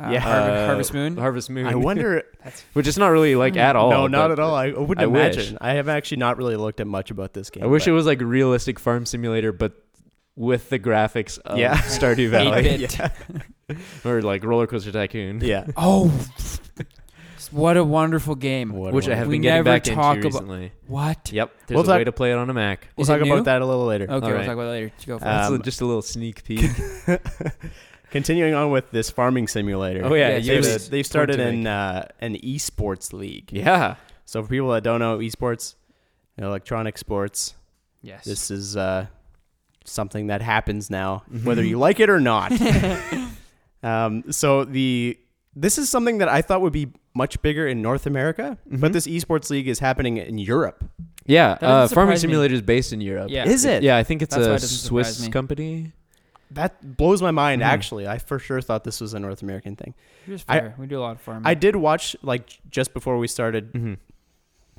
Speaker 1: Uh,
Speaker 3: Yeah.
Speaker 1: Harvest,
Speaker 2: Uh,
Speaker 1: Harvest Moon.
Speaker 2: Harvest Moon.
Speaker 3: I wonder.
Speaker 2: which is not really
Speaker 1: Hmm.
Speaker 2: like at all.
Speaker 3: no, not
Speaker 2: but
Speaker 3: at all. I wouldn't
Speaker 2: I wish.
Speaker 3: imagine. I have actually not really looked at much about this game.
Speaker 2: I wish
Speaker 3: but-
Speaker 2: it was like a realistic farm simulator, but with the graphics of
Speaker 3: Yeah.
Speaker 2: Stardew
Speaker 1: Eight
Speaker 2: Valley
Speaker 1: bit.
Speaker 2: or like Roller Coaster Tycoon,
Speaker 3: Yeah.
Speaker 1: Oh, what a wonderful game!
Speaker 3: What a
Speaker 2: which I have
Speaker 1: We
Speaker 2: been getting
Speaker 1: never
Speaker 2: back
Speaker 1: talk
Speaker 2: into
Speaker 1: about-
Speaker 2: recently.
Speaker 1: What?
Speaker 2: Yep, there's
Speaker 3: We'll
Speaker 2: a
Speaker 3: talk-
Speaker 2: way to play it on a Mac.
Speaker 3: We'll
Speaker 1: Is it
Speaker 3: talk
Speaker 1: new?
Speaker 3: about that a little later.
Speaker 1: Okay, we'll
Speaker 2: Alright.
Speaker 1: talk about it later. You go first.
Speaker 2: That's
Speaker 3: Um,
Speaker 2: just a little sneak peek.
Speaker 3: Continuing on with this farming simulator.
Speaker 2: Oh, yeah,
Speaker 1: Yeah, you
Speaker 3: they've,
Speaker 1: had
Speaker 2: a
Speaker 3: they've started
Speaker 2: point to
Speaker 3: an uh, an esports league.
Speaker 2: yeah,
Speaker 3: So for people that don't know esports, electronic sports,
Speaker 1: yes.
Speaker 3: this is uh, something that happens now,
Speaker 2: Mm-hmm.
Speaker 3: whether you like it or not. um, so the this is something
Speaker 2: Mm-hmm.
Speaker 3: that I thought would be much bigger in North America, but this esports league is happening in Europe.
Speaker 2: Yeah,
Speaker 1: doesn't
Speaker 2: uh, farming
Speaker 1: surprise me.
Speaker 2: simulator is based in Europe.
Speaker 1: Yeah.
Speaker 3: Is it?
Speaker 2: Yeah, I think it's
Speaker 1: That's why
Speaker 2: a
Speaker 1: it doesn't surprise
Speaker 2: Swiss
Speaker 1: me.
Speaker 2: company.
Speaker 3: That blows my mind.
Speaker 2: Mhm.
Speaker 3: Actually, I for sure thought this was a North American thing.
Speaker 1: Here's
Speaker 3: I-
Speaker 1: fair. we do a lot of farming.
Speaker 3: I did watch like j- just before we started
Speaker 2: Mm-hmm.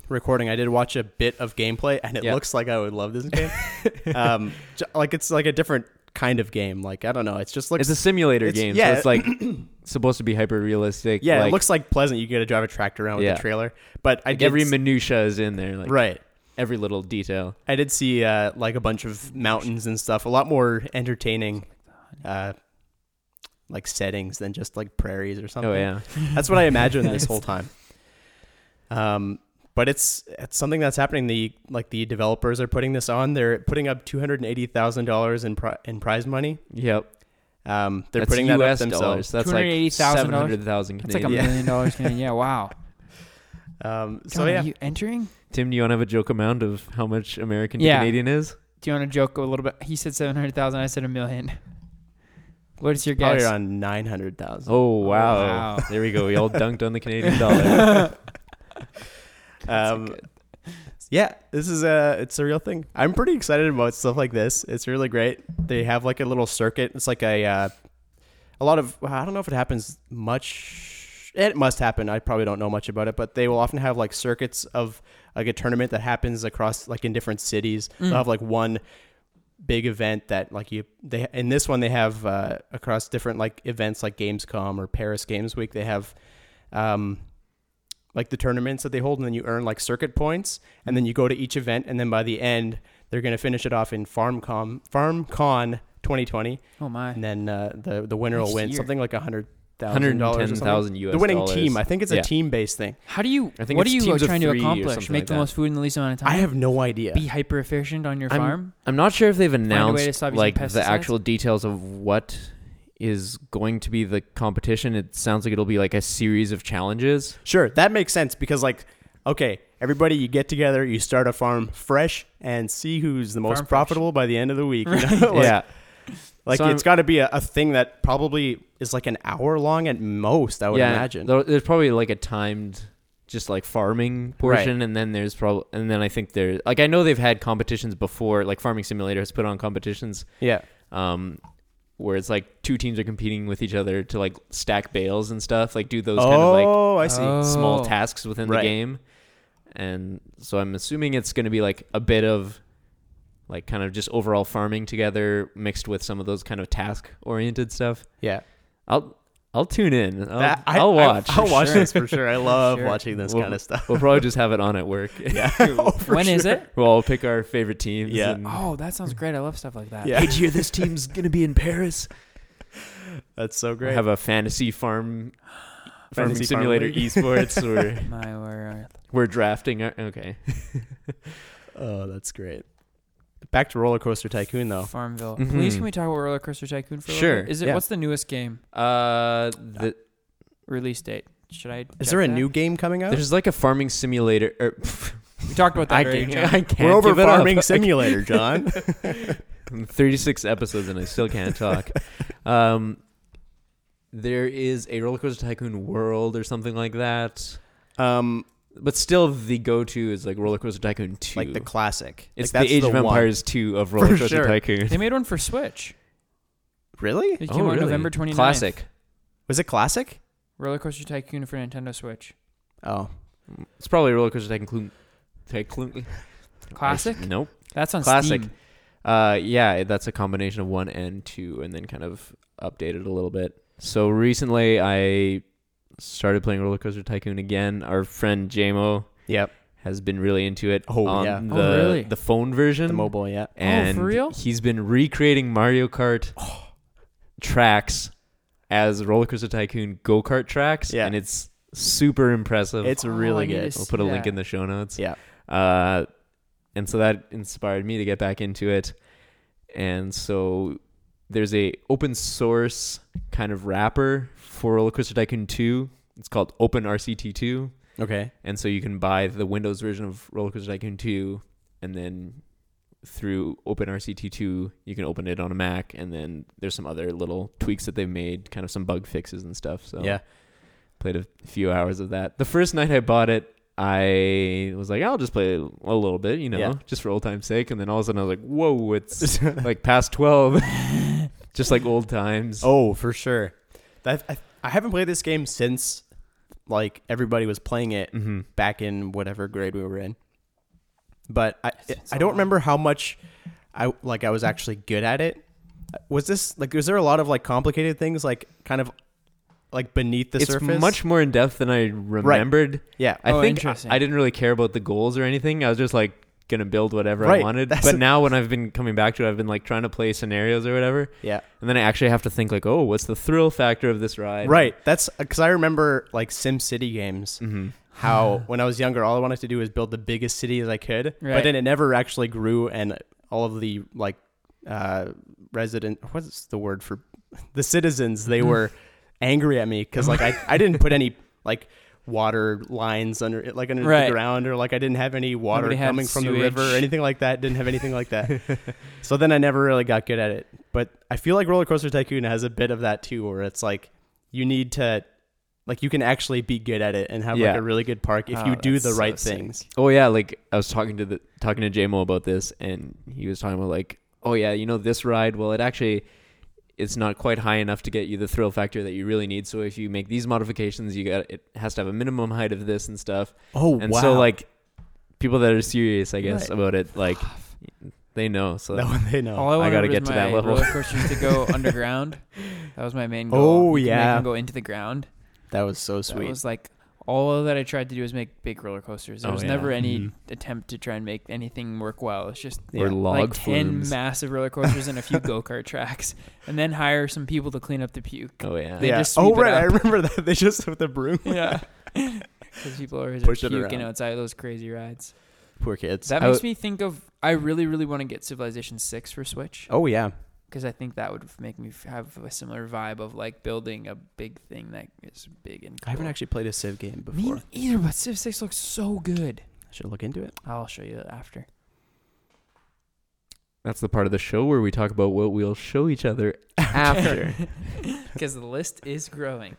Speaker 3: recording. I did watch a bit of gameplay, and it
Speaker 2: Yeah.
Speaker 3: looks like I would love this game. um, j- like it's like a different kind of game. Like I don't know. It's just looks
Speaker 2: It's a simulator
Speaker 3: it's-
Speaker 2: game,
Speaker 3: yeah.
Speaker 2: so it's like supposed to be hyper realistic.
Speaker 3: yeah.
Speaker 2: like,
Speaker 3: it looks like pleasant. You get to drive a tractor around with
Speaker 2: Yeah.
Speaker 3: the trailer, but I
Speaker 2: like
Speaker 3: did
Speaker 2: every
Speaker 3: s-
Speaker 2: minutia is in there, like
Speaker 3: right.
Speaker 2: every little detail.
Speaker 3: I did see uh, like a bunch of mountains and stuff. A lot more entertaining, uh, like settings than just like prairies or something.
Speaker 2: Oh yeah,
Speaker 3: That's what I imagined this whole time. Um, but it's it's something that's happening. The like the developers are putting this on. They're putting up two hundred eighty thousand dollars in pri- in prize money.
Speaker 2: yep.
Speaker 3: Um, they're
Speaker 2: That's
Speaker 3: putting
Speaker 2: US
Speaker 3: that up
Speaker 2: dollars.
Speaker 3: themselves.
Speaker 2: That's like
Speaker 1: $280,000?
Speaker 2: seven hundred thousand
Speaker 1: That's like a
Speaker 2: Canadian.
Speaker 3: Yeah.
Speaker 1: million dollars Canadian. Yeah, wow.
Speaker 3: Um, so
Speaker 1: God,
Speaker 3: yeah,
Speaker 1: Are you entering?
Speaker 2: Tim, do you want to have a joke amount of how much American to
Speaker 1: Yeah.
Speaker 2: Canadian is?
Speaker 1: Do you want to joke a little bit? He said 700,000. I said a million. What is your
Speaker 3: probably
Speaker 1: guess?
Speaker 3: around nine hundred thousand.
Speaker 2: Oh wow.
Speaker 1: wow.
Speaker 2: there we go. We all dunked on the Canadian dollar.
Speaker 3: um, yeah, this is a it's a real thing. I'm pretty excited about stuff like this. It's really great. They have like a little circuit. It's like a uh, a lot of well, I don't know if it happens much. It must happen. I probably don't know much about it, but they will often have like circuits of like a tournament that happens across like in different cities. They'll have like one big event that like you they in this one they have uh, across different like events like Gamescom or Paris Games Week they have um, like the tournaments that they hold and then you earn like circuit points and then you go to each event and then by the end they're going to finish it off in FarmCom FarmCon 2020
Speaker 1: Oh, my.
Speaker 3: and then uh, the the winner will
Speaker 1: Next
Speaker 3: win
Speaker 1: year.
Speaker 3: something like a hundred thousand
Speaker 2: Hundred
Speaker 3: dollars or
Speaker 2: ten
Speaker 3: something.
Speaker 2: thousand US.
Speaker 3: The winning
Speaker 2: dollars.
Speaker 3: team I think it's a
Speaker 2: Yeah.
Speaker 3: team based thing.
Speaker 1: How do you,
Speaker 2: I think
Speaker 1: what are
Speaker 2: it's
Speaker 1: you
Speaker 2: teams of
Speaker 1: trying to
Speaker 2: three or
Speaker 1: accomplish?
Speaker 2: something
Speaker 1: Make
Speaker 2: like
Speaker 1: the
Speaker 2: that.
Speaker 1: most food in the least amount of
Speaker 3: I
Speaker 1: time?
Speaker 3: have no idea.
Speaker 1: Be hyper efficient on your
Speaker 2: I'm-
Speaker 1: farm?
Speaker 2: I'm not sure if they've
Speaker 1: way to
Speaker 2: announced
Speaker 1: stop using
Speaker 2: like
Speaker 1: pesticides?
Speaker 2: the actual details of what is going to be the competition. It sounds like it'll be like a series of challenges.
Speaker 3: Sure, that makes sense because like okay, everybody you get together, you start a farm fresh and see who's the most
Speaker 1: Farm fresh.
Speaker 3: profitable by the end of the week. you know? like, like
Speaker 2: So I'm-
Speaker 3: it's got to be a, a thing that probably is like an hour long at most. I would
Speaker 2: yeah.
Speaker 3: imagine.
Speaker 2: there- There's probably like a timed just like farming portion and then there's probably and then I think there like I know they've had competitions before like farming simulator has put on competitions
Speaker 3: yeah,
Speaker 2: um where it's like two teams are competing with each other to like stack bales and stuff like do those kind of like uh,
Speaker 3: oh, I see.
Speaker 2: small
Speaker 1: Oh.
Speaker 2: tasks within
Speaker 3: Right.
Speaker 2: the game. And so I'm assuming it's going to be like a bit of like kind of just overall farming together mixed with some of those kind of task oriented stuff.
Speaker 3: yeah,
Speaker 2: I'll I'll tune in. I'll,
Speaker 3: That- I-
Speaker 2: will watch.
Speaker 3: I, will Um, watch
Speaker 1: sure.
Speaker 3: this for sure. I love
Speaker 1: sure.
Speaker 3: watching this
Speaker 2: Well,
Speaker 3: kind of stuff.
Speaker 2: we'll probably just have it on at work.
Speaker 3: Yeah, Oh,
Speaker 1: When is it?
Speaker 2: we'll all pick our favorite teams.
Speaker 3: Yeah.
Speaker 2: And,
Speaker 1: Oh, that sounds great. I love stuff like that.
Speaker 3: Yeah.
Speaker 2: Did you hear this team's going to be in Paris?
Speaker 3: That's so
Speaker 2: We'll
Speaker 3: great.
Speaker 2: have a fantasy farm farming
Speaker 3: Fantasy farm
Speaker 2: simulator
Speaker 3: league.
Speaker 2: esports where
Speaker 1: My word.
Speaker 2: we're drafting our, okay.
Speaker 3: Oh, that's great. Back to Roller Coaster Tycoon though.
Speaker 1: Farmville.
Speaker 2: Mhm.
Speaker 1: Please, can we talk about Roller Coaster Tycoon for a
Speaker 2: Sure,
Speaker 1: little bit? Is it
Speaker 2: yeah.
Speaker 1: what's the newest game
Speaker 2: Uh the
Speaker 1: release date? Should I?
Speaker 3: Is
Speaker 1: check
Speaker 3: there a
Speaker 1: that?
Speaker 3: new game coming out?
Speaker 2: There's like a farming simulator. er, Or,
Speaker 1: We talked about that
Speaker 2: I,
Speaker 1: already.
Speaker 2: can't,
Speaker 1: John.
Speaker 2: I can't.
Speaker 3: We're over
Speaker 2: give it up.
Speaker 3: farming simulator, John.
Speaker 2: I'm 36 episodes and I still can't talk. um, there is a roller coaster tycoon world or something like that.
Speaker 3: um,
Speaker 2: But still, the go-to is like roller coaster tycoon two.
Speaker 3: like the classic.
Speaker 2: it's
Speaker 3: like, that's
Speaker 2: the Age of
Speaker 3: one.
Speaker 2: Empires two of roller
Speaker 3: For
Speaker 2: coaster
Speaker 3: sure.
Speaker 2: tycoon.
Speaker 1: They made one for Switch.
Speaker 3: Really?
Speaker 1: It came out November 29th.
Speaker 2: Oh, Classic.
Speaker 3: Was it classic?
Speaker 1: Roller Coaster Tycoon for Nintendo Switch.
Speaker 3: Oh,
Speaker 2: It's probably roller coaster tycoon. Tycoon.
Speaker 1: Classic?
Speaker 2: Nope.
Speaker 1: That's on
Speaker 2: Classic.
Speaker 1: Steam.
Speaker 2: Uh, yeah, that's a combination of one and two, and then kind of updated a little bit. So recently, I started playing Roller Coaster Tycoon again. Our friend Jamo
Speaker 3: yep. has
Speaker 2: has been really into it
Speaker 3: Oh,
Speaker 2: on
Speaker 3: yeah.
Speaker 2: the
Speaker 1: Oh, really? Oh,
Speaker 2: the phone version,
Speaker 3: the mobile. Yeah.
Speaker 2: and
Speaker 1: real?
Speaker 2: he's been recreating Mario Kart
Speaker 3: Oh.
Speaker 2: tracks as Roller Coaster Tycoon go kart tracks,
Speaker 3: Yeah.
Speaker 2: and it's super impressive.
Speaker 3: It's
Speaker 1: Oh,
Speaker 3: really
Speaker 1: I need to
Speaker 3: good.
Speaker 1: see
Speaker 2: We'll put a link
Speaker 1: that.
Speaker 2: in the show notes.
Speaker 3: Yeah.
Speaker 2: Uh, and so that inspired me to get back into it. And so there's a open source kind of wrapper for Roller Coaster Tycoon 2. It's called OpenRCT2.
Speaker 3: Okay.
Speaker 2: And so you can buy the Windows version of Roller Coaster Tycoon 2 and then through OpenRCT2 you can open it on a Mac and then there's some other little tweaks that they've made, kind of some bug fixes and stuff. So
Speaker 3: Yeah.
Speaker 2: played a few hours of that. The first night I bought it, I was like, I'll just play a little bit, you know,
Speaker 3: Yeah.
Speaker 2: just for old time's sake. And then all of a sudden, I was like, whoa, it's like past twelve, just like old times.
Speaker 3: Oh, for sure. That I, I haven't played this game since like everybody was playing it
Speaker 2: hmm
Speaker 3: back in whatever grade we were in. But I I
Speaker 1: so
Speaker 3: don't
Speaker 1: long.
Speaker 3: remember how much I like I was actually good at it. Was this like was there a lot of like complicated things like kind of like beneath the
Speaker 2: it's
Speaker 3: surface?
Speaker 2: much more in depth than I remembered.
Speaker 3: yeah.
Speaker 2: I
Speaker 1: Oh,
Speaker 2: think I,
Speaker 1: interesting.
Speaker 2: I didn't really care about the goals or anything. I was just like gonna build whatever
Speaker 3: Right,
Speaker 2: I wanted.
Speaker 3: that's
Speaker 2: But
Speaker 3: a-
Speaker 2: now when I've been coming back to it, I've been like trying to play scenarios or whatever,
Speaker 3: Yeah.
Speaker 2: and then I actually have to think like, oh, what's the thrill factor of this ride?
Speaker 3: Right. That's cuz I remember like Sim City games
Speaker 2: hmm
Speaker 3: how when I was younger all I wanted to do was build the biggest city as I could, but
Speaker 1: Right.
Speaker 3: then it never actually grew and all of the like uh resident what's the word for the citizens they were angry at me cuz like I I didn't put any like water lines under like under
Speaker 1: Right.
Speaker 3: the ground or like I didn't have any water
Speaker 1: Nobody had
Speaker 3: coming from the
Speaker 1: sewage.
Speaker 3: river or anything like that, didn't have anything like that. so then I never really got good at it. But I feel like Roller Coaster Tycoon has a bit of that too where it's like you need to like you can actually be good at it and have
Speaker 2: Yeah.
Speaker 3: like a really good park if
Speaker 1: Oh,
Speaker 3: you do
Speaker 1: that's
Speaker 3: the
Speaker 1: so
Speaker 3: right
Speaker 1: sick.
Speaker 3: things.
Speaker 2: Oh yeah, like I was talking to the talking to JMO about this, and he was talking about like, oh yeah, you know this ride. Well, it actually, it's not quite high enough to get you the thrill factor that you really need. So if you make these modifications, you got it has to have a minimum height of this and stuff.
Speaker 3: Oh
Speaker 2: And so like, people that are serious, I guess,
Speaker 3: Right.
Speaker 2: about it, like, they know. So
Speaker 3: that one they know.
Speaker 1: All I,
Speaker 2: Oh, I
Speaker 1: wanted
Speaker 2: gotta
Speaker 1: was
Speaker 2: get to
Speaker 1: my
Speaker 2: that level.
Speaker 1: roller coasters to go underground. That was my main
Speaker 3: Oh,
Speaker 1: goal. You could
Speaker 3: yeah.
Speaker 1: make them go into the ground.
Speaker 3: that was so sweet.
Speaker 1: That was like all that I tried to do was make big roller coasters. There
Speaker 2: Oh,
Speaker 1: was
Speaker 2: yeah.
Speaker 1: never any
Speaker 3: Mhm.
Speaker 1: attempt to try and make anything work well. It's just
Speaker 2: or
Speaker 3: yeah.
Speaker 2: log
Speaker 1: like ten
Speaker 2: flumes.
Speaker 1: massive roller coasters and a few go kart tracks, and then hire some people to clean up the puke.
Speaker 2: oh yeah.
Speaker 1: They
Speaker 3: yeah.
Speaker 1: just
Speaker 3: oh
Speaker 1: sweep it
Speaker 3: right, I
Speaker 1: up.
Speaker 3: remember that they just with the broom.
Speaker 1: Yeah, because people are always
Speaker 3: Push it
Speaker 1: puking
Speaker 3: around.
Speaker 1: outside those crazy rides.
Speaker 3: Poor kids.
Speaker 1: That
Speaker 2: I
Speaker 1: makes
Speaker 2: w-
Speaker 1: me think of. I really, really want to get Civilization Six for Switch
Speaker 3: oh yeah.
Speaker 1: because I think that would make me f- have a similar vibe of like building a big thing that is big and. Cool.
Speaker 3: I haven't actually played a Civ game before.
Speaker 1: Me either, but Civ Six looks so good.
Speaker 3: I should look into it.
Speaker 1: I'll show you that after.
Speaker 2: That's the part of the show where we talk about what we'll show each other after.
Speaker 1: Because the list is growing.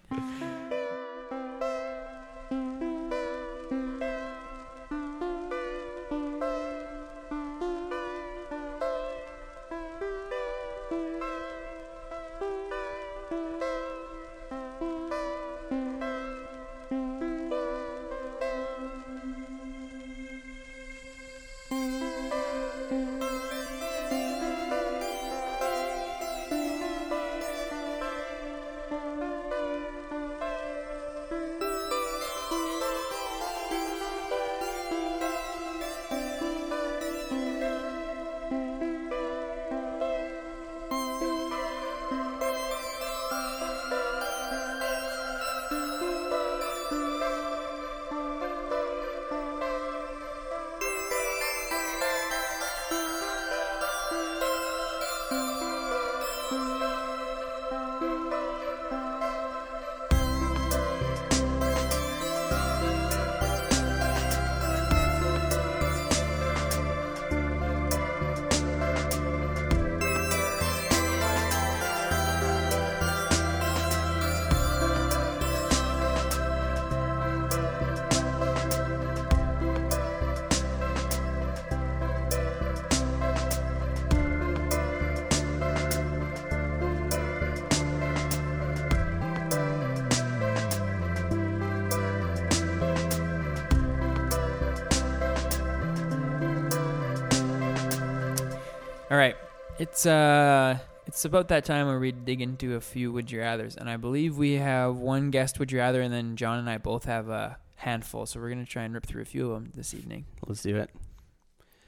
Speaker 1: All right. It's uh it's about that time where we dig into a few would you rathers and I believe we have one guest would you rather and then John and I both have a handful so we're going to try and rip through a few of them this evening.
Speaker 3: Let's do it.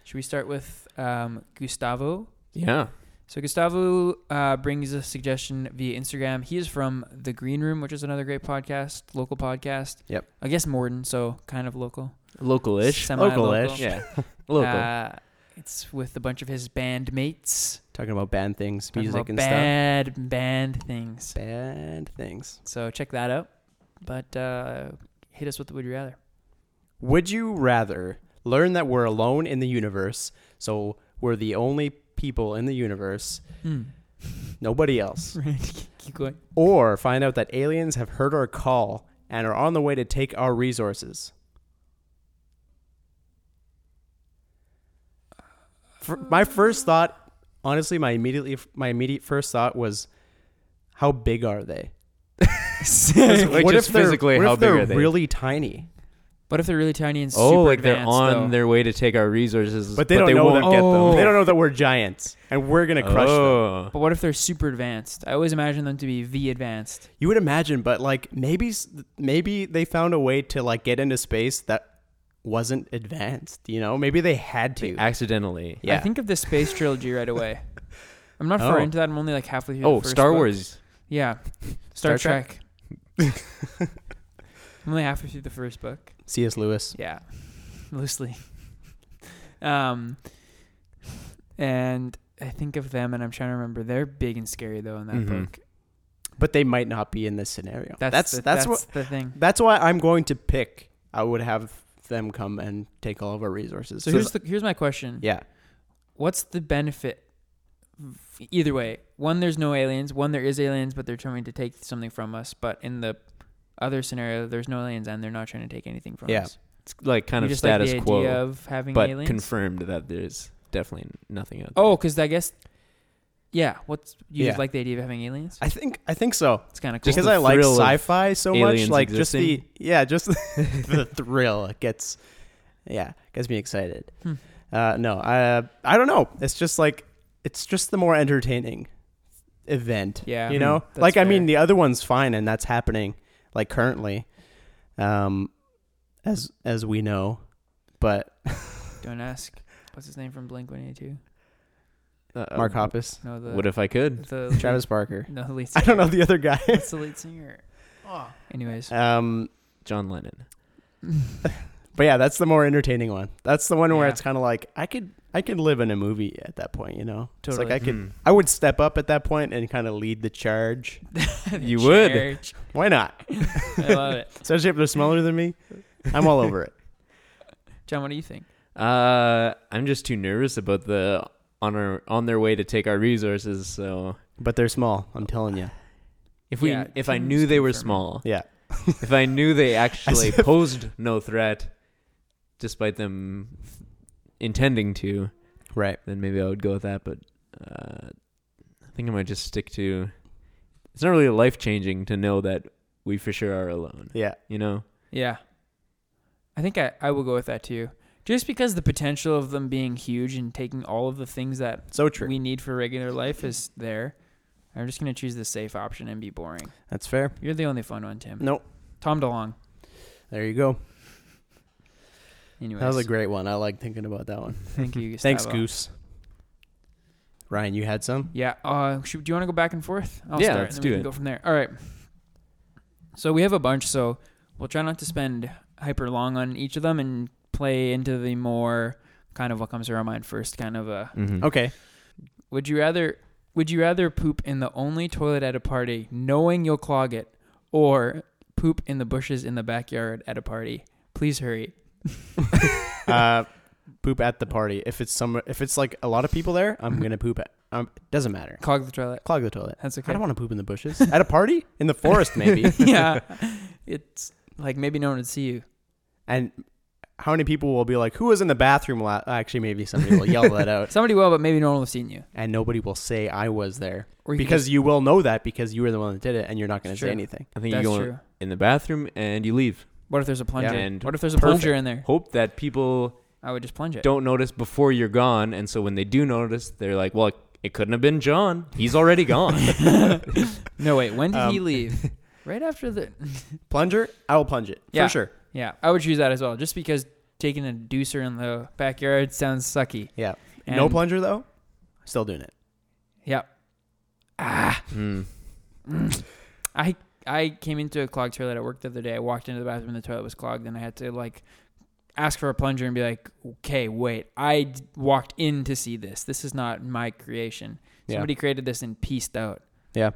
Speaker 1: Should we start with um, Gustavo?
Speaker 2: yeah.
Speaker 1: So Gustavo uh, brings a suggestion via Instagram. He is from The Green Room, which is another great podcast, local podcast.
Speaker 3: Yep.
Speaker 1: I guess Morden, so kind of local.
Speaker 2: Localish.
Speaker 1: Semi-local.
Speaker 3: Local-ish.
Speaker 2: Yeah. Local.
Speaker 1: Uh, it's with a bunch of his band mates.
Speaker 3: Talking about bad things,
Speaker 1: Talking
Speaker 3: music
Speaker 1: about
Speaker 3: and
Speaker 1: bad band things.
Speaker 3: stuff. Bad things.
Speaker 1: So check that out. But uh, hit us with the would you rather.
Speaker 3: Would you rather learn that we're alone in the universe, so we're the only people in the universe, nobody else,
Speaker 1: Hmm. Keep going.
Speaker 3: or find out that aliens have heard our call and are on the way to take our resources? fir- my first thought, honestly, my immediately my immediate first thought was, how big are they?
Speaker 2: Like,
Speaker 3: what
Speaker 2: just
Speaker 3: if they're,
Speaker 2: physically,
Speaker 3: what
Speaker 2: how
Speaker 3: if
Speaker 2: big
Speaker 3: they're
Speaker 2: are they?
Speaker 3: really tiny?
Speaker 1: What if they're really tiny and super
Speaker 2: oh, like they're
Speaker 1: advanced,
Speaker 2: on
Speaker 1: though?
Speaker 2: their way to take our resources,
Speaker 3: But they don't know
Speaker 2: won't
Speaker 3: that-
Speaker 2: get
Speaker 1: Oh.
Speaker 2: them.
Speaker 3: They don't know that we're giants and we're gonna crush them.
Speaker 2: oh.
Speaker 1: But what if they're super advanced? I always imagine them to be V advanced.
Speaker 3: You would imagine, but like maybe s- maybe they found a way to like get into space that wasn't advanced. You know, maybe they had to.
Speaker 2: accidentally.
Speaker 1: I
Speaker 3: Yeah.
Speaker 1: think of the space trilogy right away. I'm not far
Speaker 3: Oh.
Speaker 1: into that. I'm only like halfway through. the
Speaker 2: Oh,
Speaker 1: first
Speaker 2: Star
Speaker 1: book.
Speaker 2: Wars.
Speaker 1: Yeah, Star,
Speaker 3: Star
Speaker 1: Trek.
Speaker 3: Trek?
Speaker 1: I'm only halfway through the first book.
Speaker 3: C.S. Lewis.
Speaker 1: Yeah, loosely. Um, and I think of them, and I'm trying to remember. They're big and scary though in that
Speaker 2: Mhm.
Speaker 1: book.
Speaker 3: but they might not be in this scenario.
Speaker 1: That's
Speaker 3: Mm-hmm. that's
Speaker 1: the, that's
Speaker 3: that's, what
Speaker 1: the thing.
Speaker 3: that's why I'm going to pick. I would have them come and take all of our resources.
Speaker 1: So here's the, here's my question.
Speaker 3: yeah,
Speaker 1: What's the benefit? f- Either way, one there's no aliens. One there is aliens, but they're trying to take something from us. But in the other scenario, there's no aliens, and they're not trying to take anything from
Speaker 3: Yeah.
Speaker 1: us.
Speaker 2: It's like kind
Speaker 1: You
Speaker 2: of
Speaker 1: just
Speaker 2: status
Speaker 1: like the
Speaker 2: quo,
Speaker 1: idea of having
Speaker 2: but
Speaker 1: aliens.
Speaker 2: confirmed that there's definitely nothing out there.
Speaker 1: oh, because I guess, yeah. What's you just
Speaker 3: Yeah.
Speaker 1: like the idea of having aliens?
Speaker 3: I think I think so
Speaker 1: It's kind of cool.
Speaker 2: Just
Speaker 3: because
Speaker 2: the
Speaker 3: I like
Speaker 2: thrill of
Speaker 3: sci-fi so much.
Speaker 2: aliens
Speaker 3: Like just
Speaker 2: existing.
Speaker 3: the yeah, just the thrill it gets yeah gets me excited.
Speaker 1: Hmm.
Speaker 3: Uh, no, I I don't know. It's just like it's just the more entertaining event.
Speaker 1: Yeah,
Speaker 3: you
Speaker 2: Hmm,
Speaker 3: know,
Speaker 1: that's
Speaker 3: like I mean,
Speaker 1: fair.
Speaker 3: the other one's fine, and that's happening like currently, um, as as we know, but
Speaker 1: Don't ask. What's his name from Blink One Eighty Two?
Speaker 2: Uh,
Speaker 3: Mark Hoppus,
Speaker 1: No, the
Speaker 2: What if I could?
Speaker 1: the
Speaker 3: Travis Barker.
Speaker 1: No, the lead.
Speaker 3: I
Speaker 1: Singer.
Speaker 3: don't know the other guy.
Speaker 1: That's the lead singer. Anyways,
Speaker 3: um,
Speaker 2: John Lennon.
Speaker 3: but yeah, that's the more entertaining one. That's the one where
Speaker 1: Yeah.
Speaker 3: it's kind of like I could I could live in a movie at that point. You know, it's
Speaker 1: Totally.
Speaker 3: like I could
Speaker 2: Hmm.
Speaker 3: I would step up at that point and kind of lead the charge.
Speaker 2: You would.
Speaker 1: Church.
Speaker 3: Why not?
Speaker 1: I love it.
Speaker 3: Especially if they're smaller than me, I'm all over it.
Speaker 1: John, what do you think?
Speaker 3: Hmm.
Speaker 2: Uh, I'm just too nervous about the on our on their way to take our resources. So
Speaker 3: But they're small. I'm telling you.
Speaker 2: if we
Speaker 1: Yeah,
Speaker 2: if I
Speaker 1: can
Speaker 2: knew
Speaker 1: just
Speaker 2: they were
Speaker 1: confirm it.
Speaker 2: small,
Speaker 3: Yeah.
Speaker 2: if I knew they actually
Speaker 3: said-
Speaker 2: posed no threat, despite them intending to,
Speaker 3: Right.
Speaker 2: then maybe I would go with that. But uh, I think I might just stick to. It's not really life changing to know that we for sure are alone.
Speaker 3: Yeah.
Speaker 2: You know,
Speaker 1: Yeah. I think I, I will go with that too. Just because the potential of them being huge and taking all of the things that
Speaker 3: So true.
Speaker 1: we need for regular life is there. I'm just going to choose the safe option and be boring.
Speaker 3: That's fair.
Speaker 1: You're the only fun one, Tim.
Speaker 3: Nope.
Speaker 1: Tom DeLong.
Speaker 3: There you go.
Speaker 1: Anyways.
Speaker 3: That was a great one. I like thinking about that one.
Speaker 1: Thank you,
Speaker 3: Thanks,
Speaker 1: Gustavo.
Speaker 3: Goose. Ryan, you had some?
Speaker 1: Yeah. Uh, should, do you want to go back and forth? I'll
Speaker 2: Yeah,
Speaker 1: start,
Speaker 2: let's
Speaker 1: and then we
Speaker 2: do
Speaker 1: can
Speaker 2: it.
Speaker 1: Go from there. All right. So we have a bunch, so we'll try not to spend hyper long on each of them and play into the more kind of what comes to our mind first. Kind of a
Speaker 2: Mm-hmm.
Speaker 3: Okay.
Speaker 1: would you rather would you rather poop in the only toilet at a party, knowing you'll clog it, or poop in the bushes in the backyard at a party? Please hurry.
Speaker 3: Uh, poop at the party. If it's some, if it's like a lot of people there, I'm gonna poop. At, um, doesn't matter.
Speaker 1: Clog the toilet.
Speaker 3: Clog the toilet.
Speaker 1: That's okay.
Speaker 3: I don't want to poop in the bushes at a party in the forest, maybe.
Speaker 1: yeah. It's like maybe no one would see you.
Speaker 3: and how many people will be like, "Who was in the bathroom?" La-? uh, Actually, maybe somebody will yell that out,
Speaker 1: Somebody will, but maybe no one will have seen you.
Speaker 3: and nobody will say I was there
Speaker 1: Or you could
Speaker 3: because you will know that because you were the one that did it, and you're not gonna
Speaker 1: Sure.
Speaker 3: say anything.
Speaker 2: I
Speaker 1: just-
Speaker 2: think
Speaker 1: that's
Speaker 2: you go
Speaker 1: true.
Speaker 2: in the bathroom and you leave.
Speaker 1: What if there's a plunger?
Speaker 2: And
Speaker 1: what if there's a
Speaker 2: perfect.
Speaker 1: plunger in there?
Speaker 2: Hope that people
Speaker 1: I would just plunge it.
Speaker 2: don't notice before you're gone, and so when they do notice, they're like, "Well, it couldn't have been John. He's already gone."
Speaker 1: No, wait. When did he
Speaker 3: Um,
Speaker 1: leave? right after the.
Speaker 3: Plunger, I will plunge it
Speaker 1: Yeah.
Speaker 3: for sure.
Speaker 1: Yeah, I would choose that as well, just because taking a deucer in the backyard sounds sucky.
Speaker 3: Yeah. no
Speaker 1: And-
Speaker 3: plunger though. Still doing it.
Speaker 1: Yep. Ah,
Speaker 2: Hmm.
Speaker 1: I I came into a clogged toilet at work the other day. I walked into the bathroom, the toilet was clogged, and I had to like ask for a plunger and be like, "Okay, wait. I d- walked in to see this. This is not my creation.
Speaker 3: Yeah.
Speaker 1: Somebody created this and pieced out."
Speaker 3: Yeah.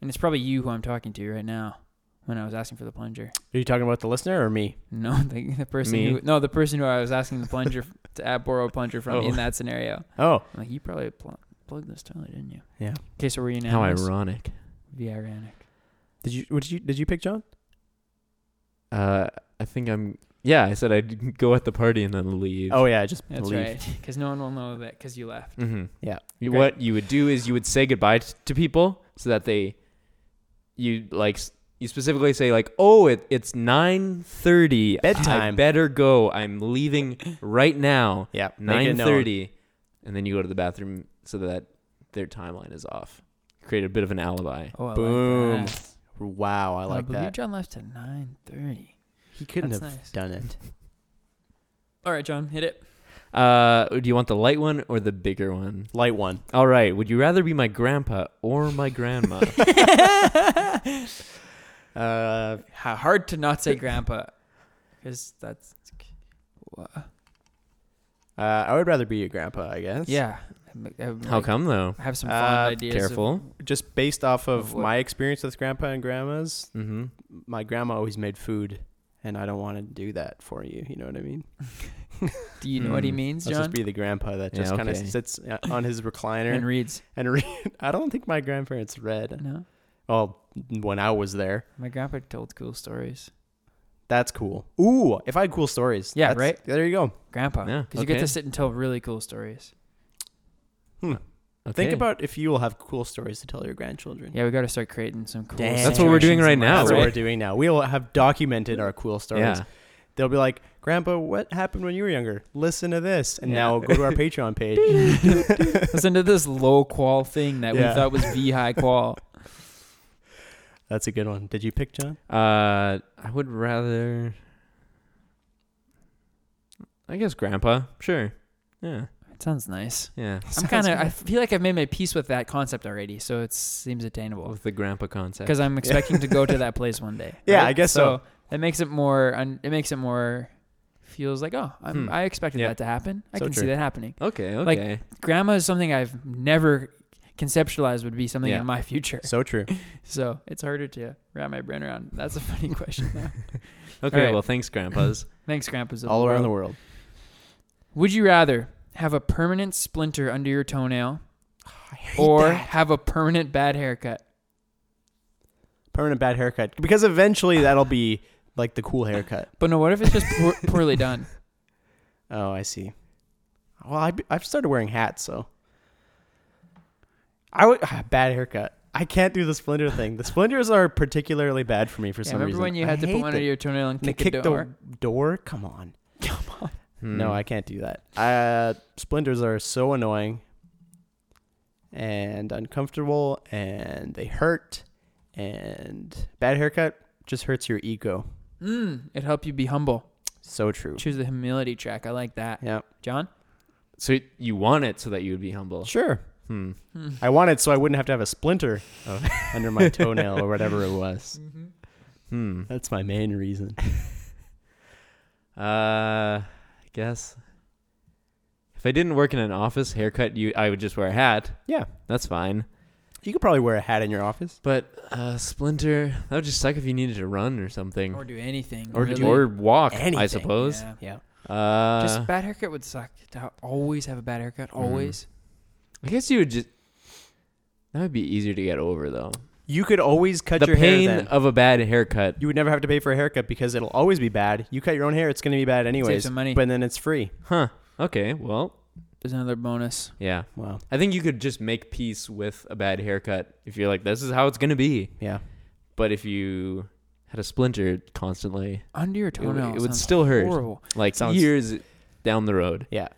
Speaker 1: And it's probably you who I'm talking to right now when I was asking for the plunger.
Speaker 3: Are you talking about the listener or me?
Speaker 1: No, the, the person
Speaker 2: Me?
Speaker 1: who no, the person who I was asking the plunger to uh, borrow a plunger from
Speaker 2: Oh.
Speaker 1: in that scenario.
Speaker 3: Oh,
Speaker 1: I'm like you probably pl- plugged this toilet, didn't you?
Speaker 3: Yeah.
Speaker 1: Okay, so were you
Speaker 2: How
Speaker 1: unanimous?
Speaker 2: ironic.
Speaker 1: Be ironic.
Speaker 3: did you? What did you? Did you pick John?
Speaker 2: Uh, I think I'm Yeah, I said I'd go at the party and then leave.
Speaker 3: Oh yeah, just
Speaker 1: That's
Speaker 3: leave.
Speaker 1: right. Because no one will know that because you left.
Speaker 2: Mm-hmm.
Speaker 3: Yeah.
Speaker 2: You-
Speaker 1: Okay.
Speaker 2: What you would do is you would say goodbye t- to people so that they, you like s- you specifically say like, oh, it, it's nine thirty.
Speaker 3: Bedtime.
Speaker 2: I better go. I'm leaving right now.
Speaker 3: Yeah, make it
Speaker 2: Nine
Speaker 3: known.
Speaker 2: thirty, and then you go to the bathroom so that their timeline is off. Create a bit of an alibi.
Speaker 1: Oh, I
Speaker 3: Boom.
Speaker 1: Like that.
Speaker 3: Wow, I
Speaker 1: I,
Speaker 3: like
Speaker 1: believe
Speaker 3: that.
Speaker 1: John left at nine thirty.
Speaker 3: He couldn't
Speaker 1: That's
Speaker 3: have
Speaker 1: nice.
Speaker 3: done it.
Speaker 1: All right, John, hit it.
Speaker 2: Uh, do you want the light one or the bigger one?
Speaker 3: Light one.
Speaker 2: All right. Would you rather be my grandpa or my grandma?
Speaker 3: Uh,
Speaker 1: Ha- Hard to not say grandpa, because that's
Speaker 3: uh, I would rather be your grandpa, I guess.
Speaker 1: yeah. I'm- I'm
Speaker 2: How
Speaker 1: like-
Speaker 2: come though?
Speaker 1: I have some
Speaker 3: Uh,
Speaker 1: fond ideas. of-
Speaker 2: Careful.
Speaker 3: Just based off
Speaker 1: Of
Speaker 3: of
Speaker 1: what?
Speaker 3: my experience with grandpa and grandmas,
Speaker 2: Mm-hmm.
Speaker 3: my grandma always made food, and I don't want to do that for you. You know what I mean?
Speaker 1: do you know what he
Speaker 2: Mm.
Speaker 1: means,
Speaker 3: Hmm. Let's
Speaker 1: John?
Speaker 3: just be the grandpa that
Speaker 2: Yeah,
Speaker 3: just kind of
Speaker 2: okay.
Speaker 3: sits uh, on his recliner
Speaker 1: And reads.
Speaker 3: and read. I don't think my grandparents read.
Speaker 1: No,
Speaker 3: Well, when I was there,
Speaker 1: my grandpa told cool stories.
Speaker 3: that's cool. Ooh, if I had cool stories.
Speaker 1: Yeah,
Speaker 3: that's-
Speaker 1: right?
Speaker 3: There you go.
Speaker 1: Grandpa, because
Speaker 2: Yeah,
Speaker 1: you get
Speaker 2: okay.
Speaker 1: to sit and tell really cool stories.
Speaker 2: Okay.
Speaker 3: Think about if you will have cool stories to tell your grandchildren.
Speaker 1: Yeah, we got to start creating some cool.
Speaker 3: Damn.
Speaker 2: That's what we're doing
Speaker 1: situations
Speaker 2: right
Speaker 1: in life.
Speaker 2: now,
Speaker 3: That's
Speaker 2: right?
Speaker 3: what we're doing now. We will have documented our cool stories.
Speaker 2: Yeah.
Speaker 3: They'll be like, Grandpa, what happened when you were younger? Listen to this. And
Speaker 1: Yeah.
Speaker 3: now go to our Patreon page.
Speaker 1: Listen to this low qual thing that we
Speaker 3: Yeah.
Speaker 1: thought was V high qual.
Speaker 3: That's a good one. Did you pick John?
Speaker 2: Uh, I would rather. I guess grandpa. Sure. Yeah.
Speaker 1: It sounds nice.
Speaker 2: Yeah.
Speaker 1: I'm kind of. I feel like I've made my peace with that concept already, so it seems attainable.
Speaker 2: With the grandpa concept.
Speaker 1: Because I'm expecting to go to that place one day.
Speaker 3: Yeah,
Speaker 1: right?
Speaker 3: I guess so.
Speaker 1: It makes it more. un- It makes it more. Feels like oh, I'm,
Speaker 2: Hmm.
Speaker 1: I expected
Speaker 2: Yeah.
Speaker 1: that to happen. I
Speaker 3: So
Speaker 1: can see
Speaker 3: true.
Speaker 1: that happening.
Speaker 2: Okay.
Speaker 1: Like-
Speaker 2: Okay.
Speaker 1: Grandma is something I've never conceptualized would be something
Speaker 2: Yeah.
Speaker 1: in my future.
Speaker 3: So true.
Speaker 1: So it's harder to wrap my brain around. That's a funny question. though.
Speaker 2: okay.
Speaker 1: right.
Speaker 2: Well, thanks, grandpas.
Speaker 1: Thanks, grandpas. of
Speaker 3: All around
Speaker 1: world.
Speaker 3: the world.
Speaker 1: Would you rather have a permanent splinter under your toenail
Speaker 3: Oh,
Speaker 1: or have a permanent bad haircut?
Speaker 3: Permanent bad haircut. Because eventually that'll be like the cool haircut.
Speaker 1: But no, what if it's just poor, poorly done?
Speaker 3: Oh, I see. Well, I, I've started wearing hats, so. I would. ah, Bad haircut. I can't do the splinter thing. The splinters are particularly bad for me for
Speaker 1: Yeah,
Speaker 3: some
Speaker 1: remember
Speaker 3: reason.
Speaker 1: when you
Speaker 3: I
Speaker 1: had to
Speaker 3: hate
Speaker 1: put one
Speaker 3: the-
Speaker 1: under your toenail and
Speaker 3: And they
Speaker 1: kick,
Speaker 3: kick
Speaker 1: a
Speaker 3: the
Speaker 1: door?
Speaker 3: door? Come on.
Speaker 1: Come on.
Speaker 2: Hmm.
Speaker 3: No, I can't do that. Uh, splinters are so annoying and uncomfortable, and they hurt. And bad haircut just hurts your ego.
Speaker 1: Mm, it helped you be humble.
Speaker 3: So true.
Speaker 1: Choose the humility track. I like that.
Speaker 3: Yeah.
Speaker 1: John?
Speaker 2: So you want it so that you would be humble.
Speaker 3: Sure.
Speaker 2: Hmm.
Speaker 3: I want it so I wouldn't have to have a splinter uh, under my toenail or whatever it was.
Speaker 1: Mm-hmm.
Speaker 2: Hmm.
Speaker 3: That's my main reason.
Speaker 2: Uh, I guess. If I didn't work in an office haircut, you I would just wear a hat.
Speaker 3: Yeah.
Speaker 2: That's fine.
Speaker 3: You could probably wear a hat in your office.
Speaker 2: But uh, splinter, that would just suck if you needed to run or something,
Speaker 1: Or do anything.
Speaker 2: or,
Speaker 1: really.
Speaker 2: or walk. I
Speaker 3: Anything,
Speaker 2: suppose.
Speaker 1: Yeah.
Speaker 3: Yeah.
Speaker 2: Uh,
Speaker 1: Just bad haircut would suck to ha- always have a bad haircut.
Speaker 3: Mm-hmm.
Speaker 1: Always.
Speaker 2: I guess you would just. That would be easier to get over though.
Speaker 3: You could always cut
Speaker 2: the
Speaker 3: your
Speaker 2: pain
Speaker 3: hair then.
Speaker 2: of a bad haircut.
Speaker 3: You would never have to pay for a haircut because it'll always be bad. You cut your own hair, it's going to be bad anyways.
Speaker 1: some money.
Speaker 3: But then it's free.
Speaker 2: Huh. Okay. Well.
Speaker 1: There's another bonus.
Speaker 2: Yeah.
Speaker 3: Wow.
Speaker 2: I think you could just make peace with a bad haircut if you're like, this is how it's gonna be.
Speaker 3: Yeah.
Speaker 2: But if you had a splinter constantly,
Speaker 1: Under your
Speaker 2: it, would-
Speaker 1: toenail.
Speaker 2: it would
Speaker 1: sounds
Speaker 2: still hurt.
Speaker 1: horrible.
Speaker 2: Like
Speaker 3: Sounds-
Speaker 2: years down the road.
Speaker 3: Yeah.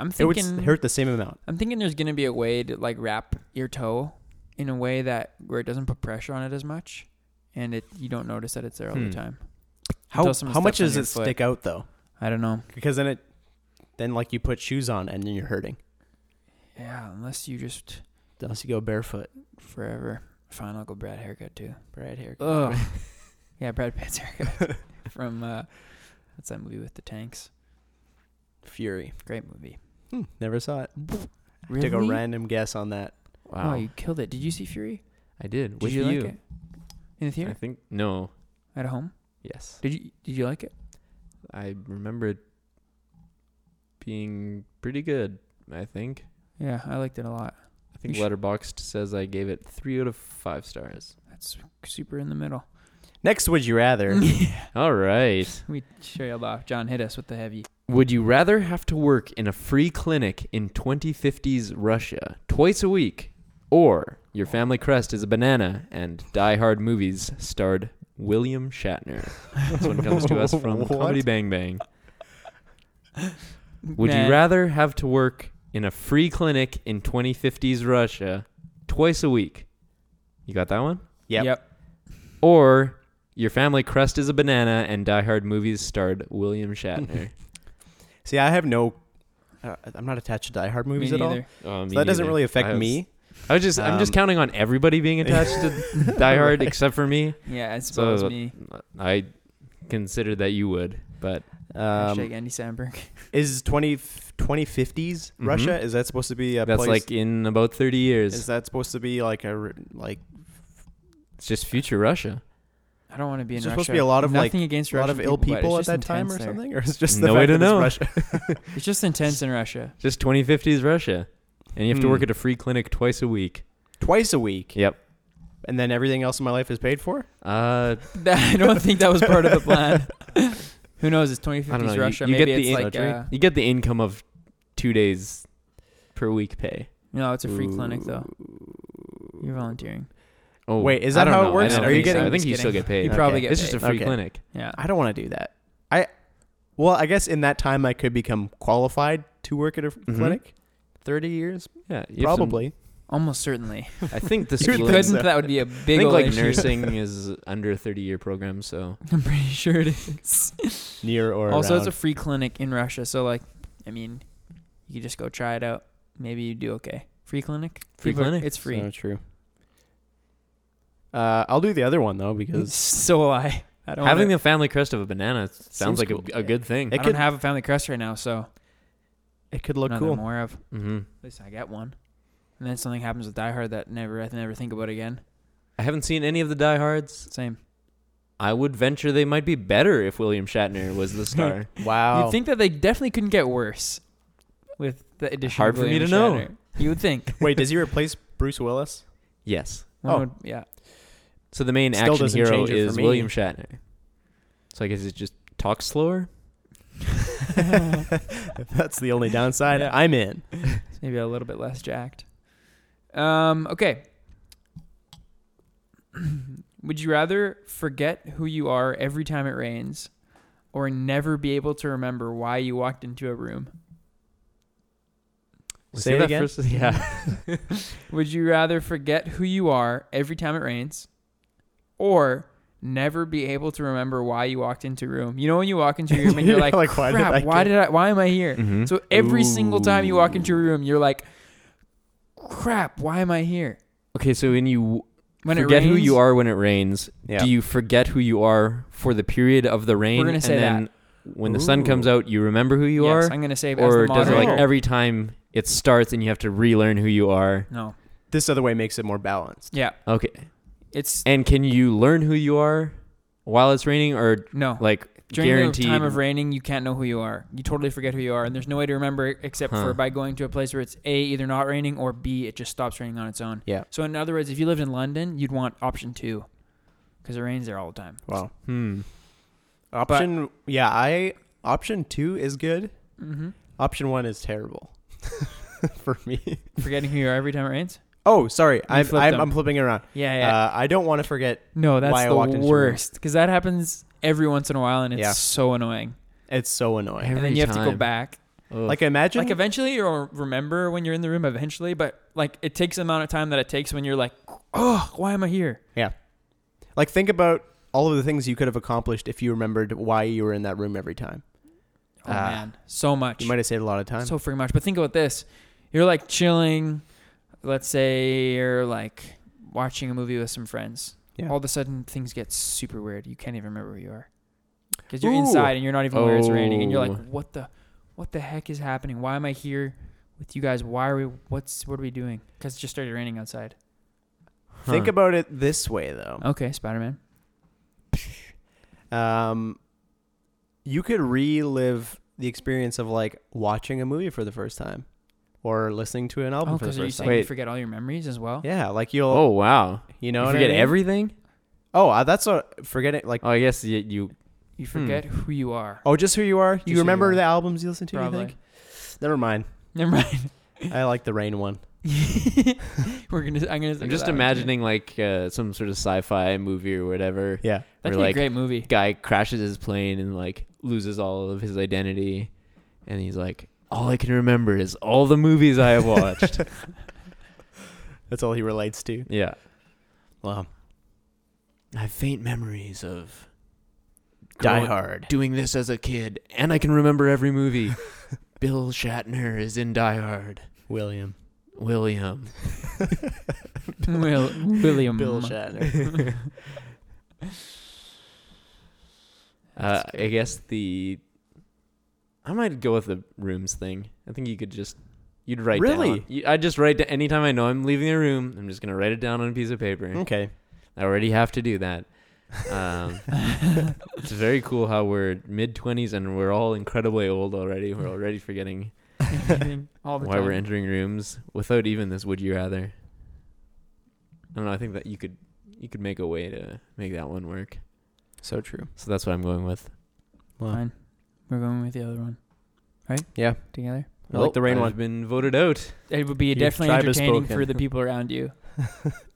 Speaker 1: I'm
Speaker 3: It would
Speaker 1: thinking
Speaker 3: s- hurt the same amount.
Speaker 1: I'm thinking there's gonna be a way to like wrap your toe in a way that where it doesn't put pressure on it as much, and it you don't notice that it's there all
Speaker 2: Hmm.
Speaker 1: the time.
Speaker 3: How,
Speaker 1: Until someone
Speaker 3: how much
Speaker 1: steps on
Speaker 3: does
Speaker 1: your
Speaker 3: it
Speaker 1: foot.
Speaker 3: stick out though?
Speaker 1: I don't know.
Speaker 3: Because then it, then like you put shoes on and then you're hurting.
Speaker 1: Yeah, unless you just
Speaker 3: Unless you go barefoot.
Speaker 1: forever. Fine, I'll go Brad haircut too.
Speaker 3: Brad haircut.
Speaker 1: Ugh. yeah, Brad Pitt's haircut from uh, what's that movie with the tanks?
Speaker 3: Fury.
Speaker 1: Great movie.
Speaker 3: Hmm. Never saw it.
Speaker 1: Really?
Speaker 3: Took a random guess on that.
Speaker 1: Wow,
Speaker 2: Wow.
Speaker 1: you killed it. Did you see Fury?
Speaker 2: I did.
Speaker 1: Did
Speaker 2: With
Speaker 1: you,
Speaker 2: you,
Speaker 1: like it? In the
Speaker 2: I
Speaker 1: theater?
Speaker 2: think no.
Speaker 1: At home?
Speaker 2: Yes.
Speaker 1: Did you did you like it?
Speaker 2: I remember it being pretty good. I think.
Speaker 1: Yeah, I liked it a lot.
Speaker 2: I think
Speaker 1: You should-
Speaker 2: Letterboxd says I gave it three out of five stars.
Speaker 1: That's super in the middle.
Speaker 3: Next, would you rather?
Speaker 2: All right.
Speaker 1: We trailed off. John hit us with the heavy.
Speaker 2: Would you rather have to work in a free clinic in 2050s Russia twice a week, or your family crest is a banana and Die Hard movies starred William Shatner? This one comes to us from
Speaker 3: What?
Speaker 2: Comedy Bang Bang. Would
Speaker 1: Man.
Speaker 2: you rather have to work in a free clinic in 2050s Russia twice a week? You got that one?
Speaker 3: Yep.
Speaker 2: Or your family crest is a banana and Die Hard movies starred William Shatner?
Speaker 3: See, I have no. Uh, I'm not attached to Die Hard movies
Speaker 1: Me
Speaker 3: at all.
Speaker 1: neither.
Speaker 2: Oh, me
Speaker 3: So that doesn't
Speaker 2: neither.
Speaker 3: really affect
Speaker 2: I was-
Speaker 3: me.
Speaker 2: I was just I'm just
Speaker 3: Um,
Speaker 2: counting on everybody being attached to Die Hard except for me.
Speaker 1: Yeah, I suppose
Speaker 2: So,
Speaker 1: me.
Speaker 2: I considered that you would, but
Speaker 3: Um,
Speaker 1: Hashtag Andy Sandberg.
Speaker 3: is 20, 2050s
Speaker 2: Mhm.
Speaker 3: Russia? Is that supposed to be a
Speaker 2: that's
Speaker 3: place?
Speaker 2: like in about 30 years.
Speaker 3: is that supposed to be like a r- like
Speaker 2: it's just future Russia.
Speaker 1: I don't want to be in
Speaker 3: There's
Speaker 1: Russia.
Speaker 3: supposed to be a lot of, like,
Speaker 1: Nothing against
Speaker 3: a lot of
Speaker 1: Russian
Speaker 3: ill
Speaker 1: but it's
Speaker 3: people at
Speaker 1: just
Speaker 3: that time or
Speaker 1: intense there.
Speaker 3: something, or is just the
Speaker 2: No
Speaker 3: fact
Speaker 2: way to
Speaker 3: that it's
Speaker 2: know.
Speaker 3: Russia?
Speaker 1: It's just intense in Russia.
Speaker 2: Just 2050s Russia. And you have to
Speaker 3: Hmm.
Speaker 2: work at a free clinic twice a week.
Speaker 3: twice a week,
Speaker 2: Yep.
Speaker 3: and then everything else in my life is paid for.
Speaker 2: Uh,
Speaker 1: I don't think that was part of the plan. Who knows? It's 2050s
Speaker 2: I don't know. You-
Speaker 1: Russia.
Speaker 2: you,
Speaker 1: Maybe
Speaker 2: get the
Speaker 1: it's
Speaker 2: in-
Speaker 1: like uh,
Speaker 2: you get the income of 2 days per week pay.
Speaker 1: no, it's a free clinic though. You're volunteering.
Speaker 2: Oh.
Speaker 3: Wait, is
Speaker 2: I
Speaker 3: that
Speaker 2: don't
Speaker 3: how it
Speaker 2: know. I
Speaker 3: works?
Speaker 2: don't
Speaker 3: Are you
Speaker 2: think so.
Speaker 3: getting-
Speaker 2: I think you
Speaker 1: Just
Speaker 2: still get
Speaker 1: kidding.
Speaker 2: paid.
Speaker 1: You probably
Speaker 3: Okay.
Speaker 1: get
Speaker 2: It's just a
Speaker 1: paid.
Speaker 2: free
Speaker 3: Okay.
Speaker 2: clinic.
Speaker 1: Yeah.
Speaker 3: I don't want to do that. I well, I guess in that time I could become qualified to work at a
Speaker 2: Mhm.
Speaker 3: clinic. Thirty years,
Speaker 2: Yeah, you have some-
Speaker 3: probably.
Speaker 1: Almost certainly.
Speaker 2: I think this
Speaker 3: You would
Speaker 1: Couldn't
Speaker 3: think
Speaker 2: is
Speaker 3: so.
Speaker 1: that would be a
Speaker 2: I
Speaker 1: big
Speaker 2: think
Speaker 1: old
Speaker 2: like
Speaker 1: issue.
Speaker 2: nursing is under a 30 year program, so
Speaker 1: I'm pretty sure it is.
Speaker 3: Near or
Speaker 1: also, it's
Speaker 3: around.
Speaker 1: a free clinic in Russia, so like, I mean, you could just go try it out. Maybe you do okay. Free clinic.
Speaker 2: Free
Speaker 1: People are-
Speaker 2: clinic.
Speaker 1: It's free.
Speaker 3: So true. Uh, I'll do the other one though because
Speaker 1: So I. I don't
Speaker 2: having
Speaker 1: wanna,
Speaker 2: the family crest of a banana s-
Speaker 1: Seems
Speaker 2: sounds like
Speaker 1: cool.
Speaker 2: a, a good thing.
Speaker 1: I
Speaker 3: It
Speaker 1: don't
Speaker 3: could-
Speaker 1: have a family crest right now, so
Speaker 3: it could look
Speaker 1: none
Speaker 3: cool.
Speaker 1: that I'm aware of.
Speaker 2: hmm
Speaker 1: At least I get one. And then something happens with Die Hard that never I never think about again.
Speaker 2: I haven't seen any of the diehards.
Speaker 1: Same.
Speaker 2: I would venture they might be better if William Shatner was the star.
Speaker 3: Wow.
Speaker 1: You'd think that they definitely couldn't get worse with the addition. of
Speaker 2: Hard for me
Speaker 1: William
Speaker 2: to know.
Speaker 1: Shatner. You would think.
Speaker 3: Wait, does he replace Bruce Willis?
Speaker 2: yes.
Speaker 1: One
Speaker 3: Oh.
Speaker 1: would- yeah.
Speaker 2: So the main
Speaker 3: Still
Speaker 2: action
Speaker 3: doesn't
Speaker 2: hero
Speaker 3: change it for
Speaker 2: is
Speaker 3: me.
Speaker 2: William Shatner. So I guess it just talks slower.
Speaker 3: That's the only downside.
Speaker 1: Yeah.
Speaker 3: I'm in.
Speaker 1: maybe a little bit less jacked. Um, okay. Would you rather forget who you are every time it rains or never be able to remember why you walked into a room?
Speaker 3: Say it
Speaker 2: that
Speaker 3: again?
Speaker 2: first- yeah.
Speaker 1: Would you rather forget who you are every time it rains or never be able to remember why you walked into a room? You know when you walk into a room and you're
Speaker 3: You're
Speaker 1: like,
Speaker 3: like,
Speaker 1: why
Speaker 3: why did
Speaker 1: crap,
Speaker 3: I
Speaker 1: why
Speaker 3: get-"
Speaker 1: did I why am I here?
Speaker 2: Mhm.
Speaker 1: So every single time you walk into a room, you're like, crap, why am I here?
Speaker 2: okay, so when you
Speaker 1: When
Speaker 2: forget
Speaker 1: it rains,
Speaker 2: who you are when it rains,
Speaker 3: Yeah.
Speaker 2: do you forget who you are for the period of the rain?
Speaker 1: gonna say
Speaker 2: and then when the sun comes
Speaker 3: Ooh.
Speaker 2: out, you remember who you
Speaker 1: yes,
Speaker 2: are?
Speaker 1: I'm gonna say as
Speaker 2: or
Speaker 1: the
Speaker 2: does it
Speaker 1: moderator.
Speaker 2: like
Speaker 3: moderator.
Speaker 2: every time it starts and you have to relearn who you are?
Speaker 1: no?
Speaker 3: this other way makes it more balanced.
Speaker 1: Yeah,
Speaker 2: Okay.
Speaker 1: it's
Speaker 2: And can you learn who you are while it's raining or
Speaker 1: no.
Speaker 2: like
Speaker 1: During
Speaker 2: guaranteed?
Speaker 1: the time of raining, you can't know who you are. You totally forget who you are, and there's no way to remember it except
Speaker 2: Huh.
Speaker 1: for by going to a place where it's a either not raining or b it just stops raining on its own.
Speaker 3: Yeah.
Speaker 1: So in other words, if you lived in London, you'd want option two, because it rains there all the time.
Speaker 3: Wow.
Speaker 2: hmm.
Speaker 3: Option yeah, I option two is good.
Speaker 1: hmm
Speaker 3: Option one is terrible for me.
Speaker 1: Forgetting who you are every time it rains.
Speaker 3: Oh, sorry, I'm,
Speaker 1: flipped
Speaker 3: I'm,
Speaker 1: them.
Speaker 3: I'm flipping it around.
Speaker 1: Yeah, yeah.
Speaker 3: Uh, I don't want to forget.
Speaker 1: no,
Speaker 3: why
Speaker 1: that's
Speaker 3: I
Speaker 1: the
Speaker 3: walked into a room.
Speaker 1: worst because that happens every once in a while, and it's
Speaker 3: Yeah.
Speaker 1: so annoying.
Speaker 3: It's so annoying.
Speaker 1: and then
Speaker 2: Every
Speaker 1: you have to go
Speaker 2: time.
Speaker 1: back.
Speaker 3: Like imagine
Speaker 1: Like eventually you'll remember when you're in the room eventually, but like it takes the amount of time that it takes when you're like, oh, why am I here?
Speaker 3: Like think about all of the things you could have accomplished if you remembered why you were in that room every time.
Speaker 1: Oh
Speaker 3: Ah.
Speaker 1: man, so much,
Speaker 3: You might have saved a lot of time.
Speaker 1: so freaking much. But think about this: you're like chilling, let's say you're like watching a movie with some friends.
Speaker 3: Yeah.
Speaker 1: All of a sudden, things get super weird. You can't even remember where you are because you're
Speaker 3: Ooh.
Speaker 1: inside and you're not even aware it's raining, and you're
Speaker 2: Oh.
Speaker 1: like, what the, what the heck is happening? Why am I here with you guys? Why are we? What's what are we doing? Because it just started raining outside.
Speaker 3: Think about it this way though.
Speaker 1: Okay, Spider Man. Oh.
Speaker 3: Um, you could relive the experience of like watching a movie for the first time, or listening to an album
Speaker 1: Oh,
Speaker 3: for the
Speaker 1: because are you
Speaker 3: first
Speaker 1: saying
Speaker 3: time.
Speaker 1: you
Speaker 2: Wait.
Speaker 1: forget all your memories as well?
Speaker 3: Yeah, like you'll
Speaker 2: Oh wow!
Speaker 3: you know
Speaker 2: you
Speaker 3: what I
Speaker 2: forget
Speaker 3: mean?
Speaker 2: everything.
Speaker 3: Oh, uh, that's a forgetting like
Speaker 2: Oh, I guess you, you
Speaker 1: You forget who you are.
Speaker 3: oh, just who you are.
Speaker 1: who
Speaker 3: You
Speaker 1: you
Speaker 3: remember
Speaker 1: are.
Speaker 3: the albums you listen to?
Speaker 1: Probably.
Speaker 3: You think? Never mind.
Speaker 1: Never mind.
Speaker 3: I like the rain one.
Speaker 1: We're gonna. I'm gonna. think
Speaker 2: I'm
Speaker 1: of
Speaker 2: just
Speaker 1: that one, too.
Speaker 2: imagining like uh, some sort of sci-fi movie or whatever.
Speaker 3: Yeah.
Speaker 1: That'd
Speaker 2: where,
Speaker 1: be
Speaker 2: like,
Speaker 1: a great movie.
Speaker 2: Guy crashes his plane and like loses all of his identity, and he's like, all I can remember is all the movies I have watched.
Speaker 3: That's all he relates to.
Speaker 2: yeah,
Speaker 3: Wow.
Speaker 2: I have faint memories of
Speaker 3: Die
Speaker 2: growing-
Speaker 3: Hard.
Speaker 2: doing this as a kid, and I can remember every movie. Bill Shatner is in Die Hard.
Speaker 3: William.
Speaker 2: William.
Speaker 1: Will, William.
Speaker 3: Bill Shatner.
Speaker 2: Uh, I guess the I might go with the rooms thing. I think you could just you'd write
Speaker 3: Really?
Speaker 2: down. You, I just write down anytime I know I'm leaving a room. I'm just gonna write it down on a piece of paper.
Speaker 3: okay.
Speaker 2: I already have to do that. Um, it's very cool how we're mid twenties and we're all incredibly old already. We're already forgetting
Speaker 1: All the
Speaker 2: why
Speaker 1: time.
Speaker 2: we're entering rooms without even this. Would you rather? I don't know. I think that you could you could make a way to make that one work.
Speaker 3: So true.
Speaker 2: So that's what I'm going with.
Speaker 3: Wow.
Speaker 1: Fine. We're going with the other one, right?
Speaker 3: Yeah.
Speaker 1: Together.
Speaker 3: I like the rain
Speaker 2: I've
Speaker 3: one.
Speaker 2: been voted out.
Speaker 1: It would be
Speaker 3: Your
Speaker 1: definitely
Speaker 3: tribe has
Speaker 1: entertaining
Speaker 3: spoken.
Speaker 1: for the people around you.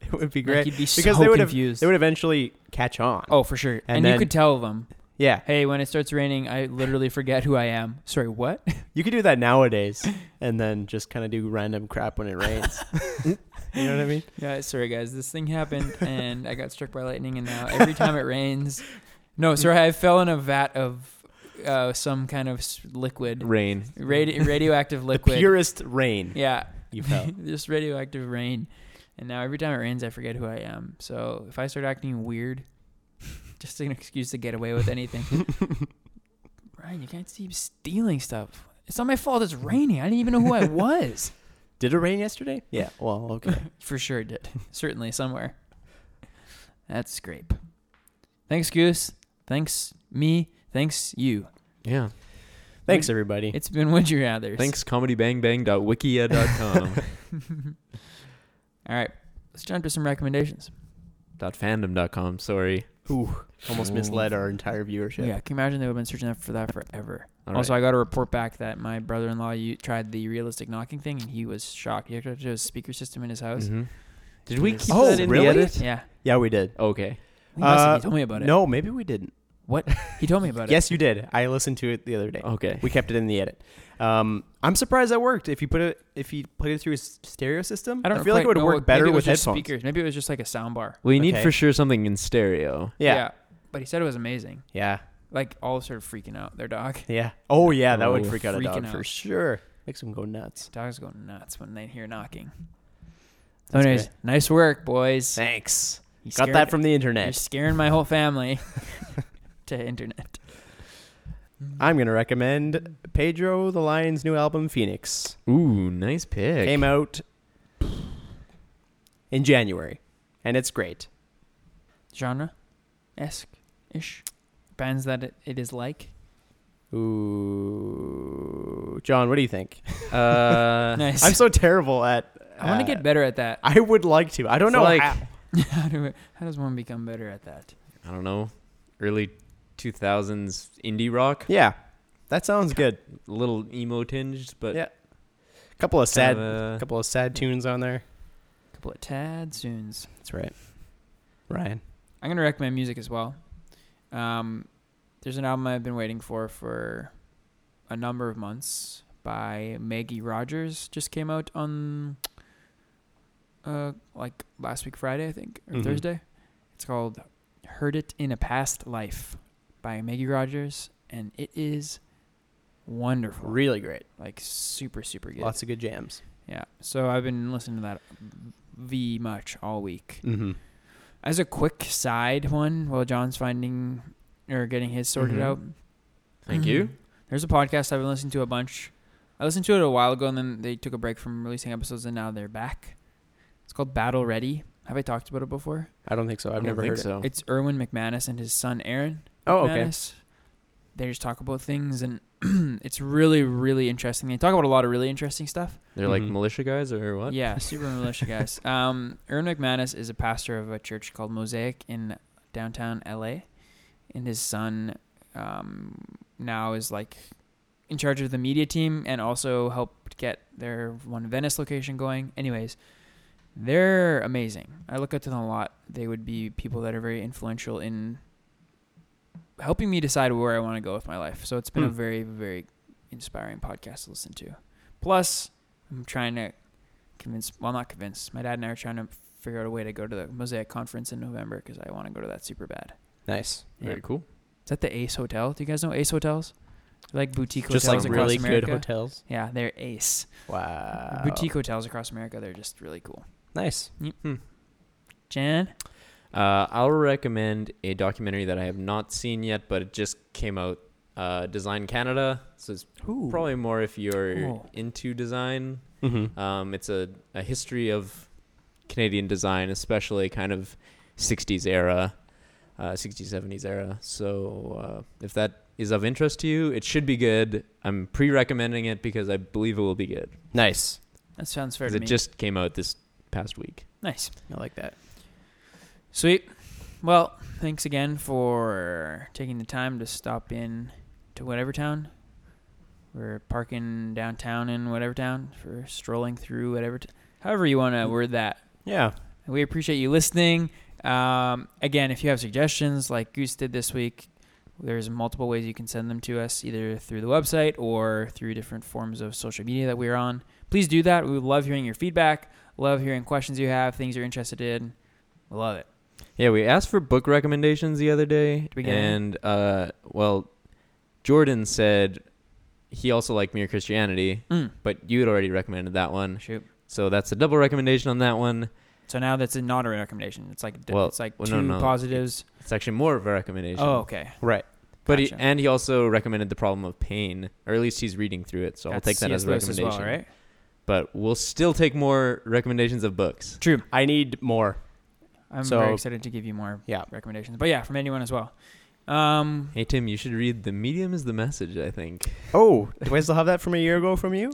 Speaker 3: It would be
Speaker 1: Like
Speaker 3: great.
Speaker 1: you'd be so
Speaker 3: Because they would have-
Speaker 1: confused.
Speaker 3: They would eventually catch on.
Speaker 1: oh, for sure. And, you
Speaker 3: then-
Speaker 1: could tell them,
Speaker 3: Yeah.
Speaker 1: hey, when it starts raining, I literally forget who I am. Sorry, what?
Speaker 3: You could do that nowadays and then just kind of do random crap when it rains. you know what I mean?
Speaker 1: yeah, sorry guys, this thing happened and I got struck by lightning, and now every time it rains, no, sorry, I fell in a vat of uh, some kind of s- liquid,
Speaker 2: Rain.
Speaker 1: radi- radioactive liquid.
Speaker 3: The purest rain
Speaker 1: yeah,
Speaker 3: you felt.
Speaker 1: just radioactive rain. And now every time it rains, I forget who I am. So if I start acting weird, just an excuse to get away with anything. Ryan, you can't keep stealing stuff. It's not my fault. It's raining. I didn't even know who I was.
Speaker 3: Did it rain yesterday? Yeah. Well, okay.
Speaker 1: For sure it did. Certainly somewhere. That's scrape. Thanks, Goose. Thanks, me. Thanks, you.
Speaker 2: Yeah.
Speaker 3: Thanks, everybody.
Speaker 1: It's been Would You Rather.
Speaker 2: Thanks, comedybangbang.wikia.com.
Speaker 1: All right. Let's jump to some recommendations.
Speaker 2: dot fandom.com, sorry.
Speaker 3: Ooh, almost misled our entire viewership.
Speaker 1: Yeah, can you imagine they would have been searching up for that forever?
Speaker 2: All
Speaker 1: also,
Speaker 2: right.
Speaker 1: I got a report back that my brother in law you tried the realistic knocking thing and he was shocked. He hooked up to his speaker system in his house.
Speaker 2: Mhm. Did we keep
Speaker 3: Mm-hmm. Oh,
Speaker 2: that in
Speaker 3: really?
Speaker 2: the edit?
Speaker 1: Yeah.
Speaker 3: Yeah, we did.
Speaker 2: Okay.
Speaker 1: He, must have-
Speaker 3: Uh,
Speaker 1: he told me about it.
Speaker 3: No, maybe we didn't.
Speaker 1: What? He told me about it.
Speaker 3: Yes, you did. I listened to it the other day.
Speaker 2: Okay.
Speaker 3: We kept it in the edit. Um, I'm surprised that worked. If you put it, if you played it through a s- stereo system,
Speaker 1: I don't
Speaker 3: feel like
Speaker 1: quite
Speaker 3: it would
Speaker 1: know.
Speaker 3: work
Speaker 1: Maybe
Speaker 3: better
Speaker 1: it was
Speaker 3: with
Speaker 1: just
Speaker 3: headphones.
Speaker 1: Speakers. Maybe it was just like a sound bar.
Speaker 2: We need
Speaker 3: Okay.
Speaker 2: for sure something in stereo.
Speaker 3: Yeah,
Speaker 1: But he said it was amazing.
Speaker 3: yeah,
Speaker 1: Like all sort of freaking out. Their dog.
Speaker 3: yeah. Oh yeah, that
Speaker 2: Oh,
Speaker 3: would freak out a
Speaker 1: freaking
Speaker 3: dog
Speaker 1: out.
Speaker 3: for sure. Makes them go nuts.
Speaker 1: Dogs go nuts when they hear knocking. So
Speaker 3: That's
Speaker 1: anyways,
Speaker 3: great.
Speaker 1: nice work, boys.
Speaker 3: Thanks.
Speaker 1: You
Speaker 3: Got
Speaker 1: scared-
Speaker 3: that from the
Speaker 1: You're
Speaker 3: internet.
Speaker 1: scaring my whole family to internet.
Speaker 3: I'm gonna recommend Pedro the Lion's new album Phoenix.
Speaker 2: Ooh, nice pick.
Speaker 3: Came out in January, and it's great.
Speaker 1: Genre, esque, ish, bands that it, it is like.
Speaker 3: Ooh, John, what do you think?
Speaker 2: Uh,
Speaker 1: nice.
Speaker 3: I'm so terrible at.
Speaker 1: I want to get better at that.
Speaker 3: Uh, I would like to. I don't
Speaker 2: It's
Speaker 3: know.
Speaker 2: like-
Speaker 3: how-
Speaker 1: how, do we- how does one become better at that?
Speaker 2: I don't know. Early 2000s indie rock.
Speaker 3: yeah, that sounds good.
Speaker 2: A little emo tinged, but
Speaker 3: Yeah. Couple of
Speaker 2: kind
Speaker 3: sad,
Speaker 2: of a-
Speaker 3: couple of sad tunes on there.
Speaker 1: A couple of tad soons.
Speaker 3: That's right. Ryan,
Speaker 1: I'm gonna recommend music as well. Um, there's an album I've been waiting for for a number of months by Maggie Rogers. Just came out on uh like last week Friday I think or
Speaker 3: Mhm.
Speaker 1: Thursday. It's called "Heard It in a Past Life" by Maggie Rogers, and it is wonderful.
Speaker 3: really great.
Speaker 1: like super super good.
Speaker 3: Lots of good jams.
Speaker 1: Yeah. So I've been listening to that v much all week.
Speaker 3: Mm-hmm.
Speaker 1: As a quick side one, while John's finding or getting his sorted
Speaker 3: Mm-hmm.
Speaker 2: Mhm.
Speaker 1: out,
Speaker 2: Thank you.
Speaker 1: there's a podcast I've been listening to a bunch. I listened to it a while ago, and then they took a break from releasing episodes, and now they're back. It's called Battle Ready. Have I talked about it before?
Speaker 3: I don't think so.
Speaker 2: I
Speaker 3: I've
Speaker 2: don't
Speaker 3: never
Speaker 2: think
Speaker 3: heard it.
Speaker 2: so.
Speaker 1: It's Erwin McManus and his son Aaron.
Speaker 3: Oh, okay.
Speaker 1: McManus. They just talk about things, and it's really, really interesting. They talk about a lot of really interesting stuff.
Speaker 2: They're like
Speaker 3: Mhm.
Speaker 2: militia guys or what?
Speaker 1: Yeah, super militia guys. Um, Aaron McManus is a pastor of a church called Mosaic in downtown LA, and his son um, now is like in charge of the media team and also helped get their one Venice location going. Anyways, they're amazing. I look up to them a lot. They would be people that are very influential in helping me decide where I want to go with my life. So it's been a
Speaker 3: Hmm.
Speaker 1: very, very inspiring podcast to listen to. Plus, I'm trying to convince, well, I'm not convinced. My dad and I are trying to figure out a way to go to the Mosaic conference in November because I want to go to that super bad.
Speaker 3: Nice.
Speaker 2: Very cool.
Speaker 1: Is that the Ace Hotel? Do you guys know Ace Hotels? They're like boutique
Speaker 3: Just like
Speaker 1: hotels across
Speaker 3: really
Speaker 1: America.
Speaker 3: good hotels.
Speaker 1: Yeah, they're Ace.
Speaker 3: Wow.
Speaker 1: Boutique hotels across America, they're just really cool.
Speaker 3: Nice.
Speaker 1: Jan?
Speaker 2: Uh, I'll recommend a documentary that I have not seen yet, but it just came out. Uh, Design Canada. So it's
Speaker 1: Ooh.
Speaker 2: probably more if you're
Speaker 1: Cool.
Speaker 2: into design.
Speaker 3: Mm-hmm.
Speaker 2: Um, it's a, a history of Canadian design, especially kind of 60s era, uh, 60s, 70s era. So uh, if that is of interest to you, it should be good. I'm pre recommending it because I believe it will be good.
Speaker 3: Nice.
Speaker 1: That sounds fair
Speaker 2: 'Cause
Speaker 1: to
Speaker 2: It
Speaker 1: me.
Speaker 2: just came out this past week.
Speaker 1: nice.
Speaker 3: I like that.
Speaker 1: Sweet. Well, thanks again for taking the time to stop in to whatever town. We're parking downtown in whatever town for strolling through whatever, t- however you
Speaker 3: Mm.
Speaker 1: want to word that.
Speaker 3: Yeah.
Speaker 1: We appreciate you listening. Um, again, if you have suggestions like Goose did this week, there's multiple ways you can send them to us, either through the website or through different forms of social media that we're on. Please do that. We would love hearing your feedback, love hearing questions you have, things you're interested in. We love it.
Speaker 2: Yeah, we asked for book recommendations the other day,
Speaker 1: we get any?
Speaker 2: and uh, well, Jordan said he also liked Mere Christianity,
Speaker 1: Mm.
Speaker 2: but you had already recommended that one,
Speaker 1: Shoot.
Speaker 2: so that's a double recommendation on that one.
Speaker 1: So now that's a not a recommendation. It's like
Speaker 2: Well,
Speaker 1: it's like
Speaker 2: well,
Speaker 1: two
Speaker 2: no, no.
Speaker 1: positives.
Speaker 2: It's actually more of a recommendation.
Speaker 1: Oh, okay.
Speaker 3: Right.
Speaker 2: but he,
Speaker 1: gotcha.
Speaker 2: and he also recommended the problem of pain, or at least he's reading through it, so I'll
Speaker 1: That's
Speaker 2: take that
Speaker 1: C.S.
Speaker 2: as a
Speaker 1: Lewis
Speaker 2: recommendation.
Speaker 1: well, right?
Speaker 2: But we'll still take more recommendations of books.
Speaker 1: True.
Speaker 3: I need more.
Speaker 1: I'm
Speaker 3: So-
Speaker 1: very excited to give you more
Speaker 3: Yeah.
Speaker 1: recommendations. But yeah, from anyone as well. Um,
Speaker 2: Hey Tim, you should read "The Medium Is the Message." I think.
Speaker 3: Oh, do I still have that from a year ago from you?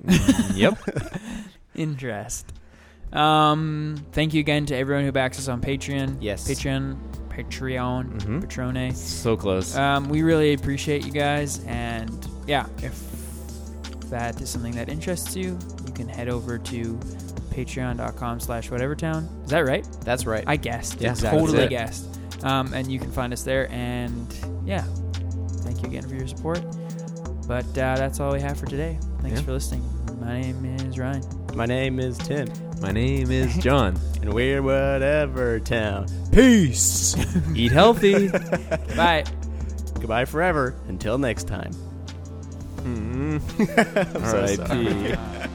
Speaker 2: yep.
Speaker 1: interest. Um, thank you again to everyone who backs us on Patreon.
Speaker 3: Yes.
Speaker 1: Patreon, Patreon,
Speaker 2: Mhm.
Speaker 1: Patrone.
Speaker 2: So close.
Speaker 1: Um, we really appreciate you guys, and yeah, if that is something that interests you, you can head over to patreon.com slash whatever town. Is that right?
Speaker 3: That's right.
Speaker 1: I guessed.
Speaker 2: Yeah,
Speaker 3: Exactly.
Speaker 1: Totally
Speaker 2: That's it.
Speaker 1: guessed. Um, and you can find us there. And yeah, thank you again for your support. But uh, that's all we have for today. Thanks
Speaker 2: Yeah.
Speaker 1: for listening. My name is Ryan.
Speaker 3: My name is Tim,
Speaker 2: My name is John.
Speaker 3: and we're whatever town. Peace.
Speaker 2: Eat healthy.
Speaker 1: Bye.
Speaker 3: Goodbye forever. Until next time.
Speaker 2: Mm.
Speaker 3: I'm so sorry.
Speaker 2: R.I.P..
Speaker 1: Uh,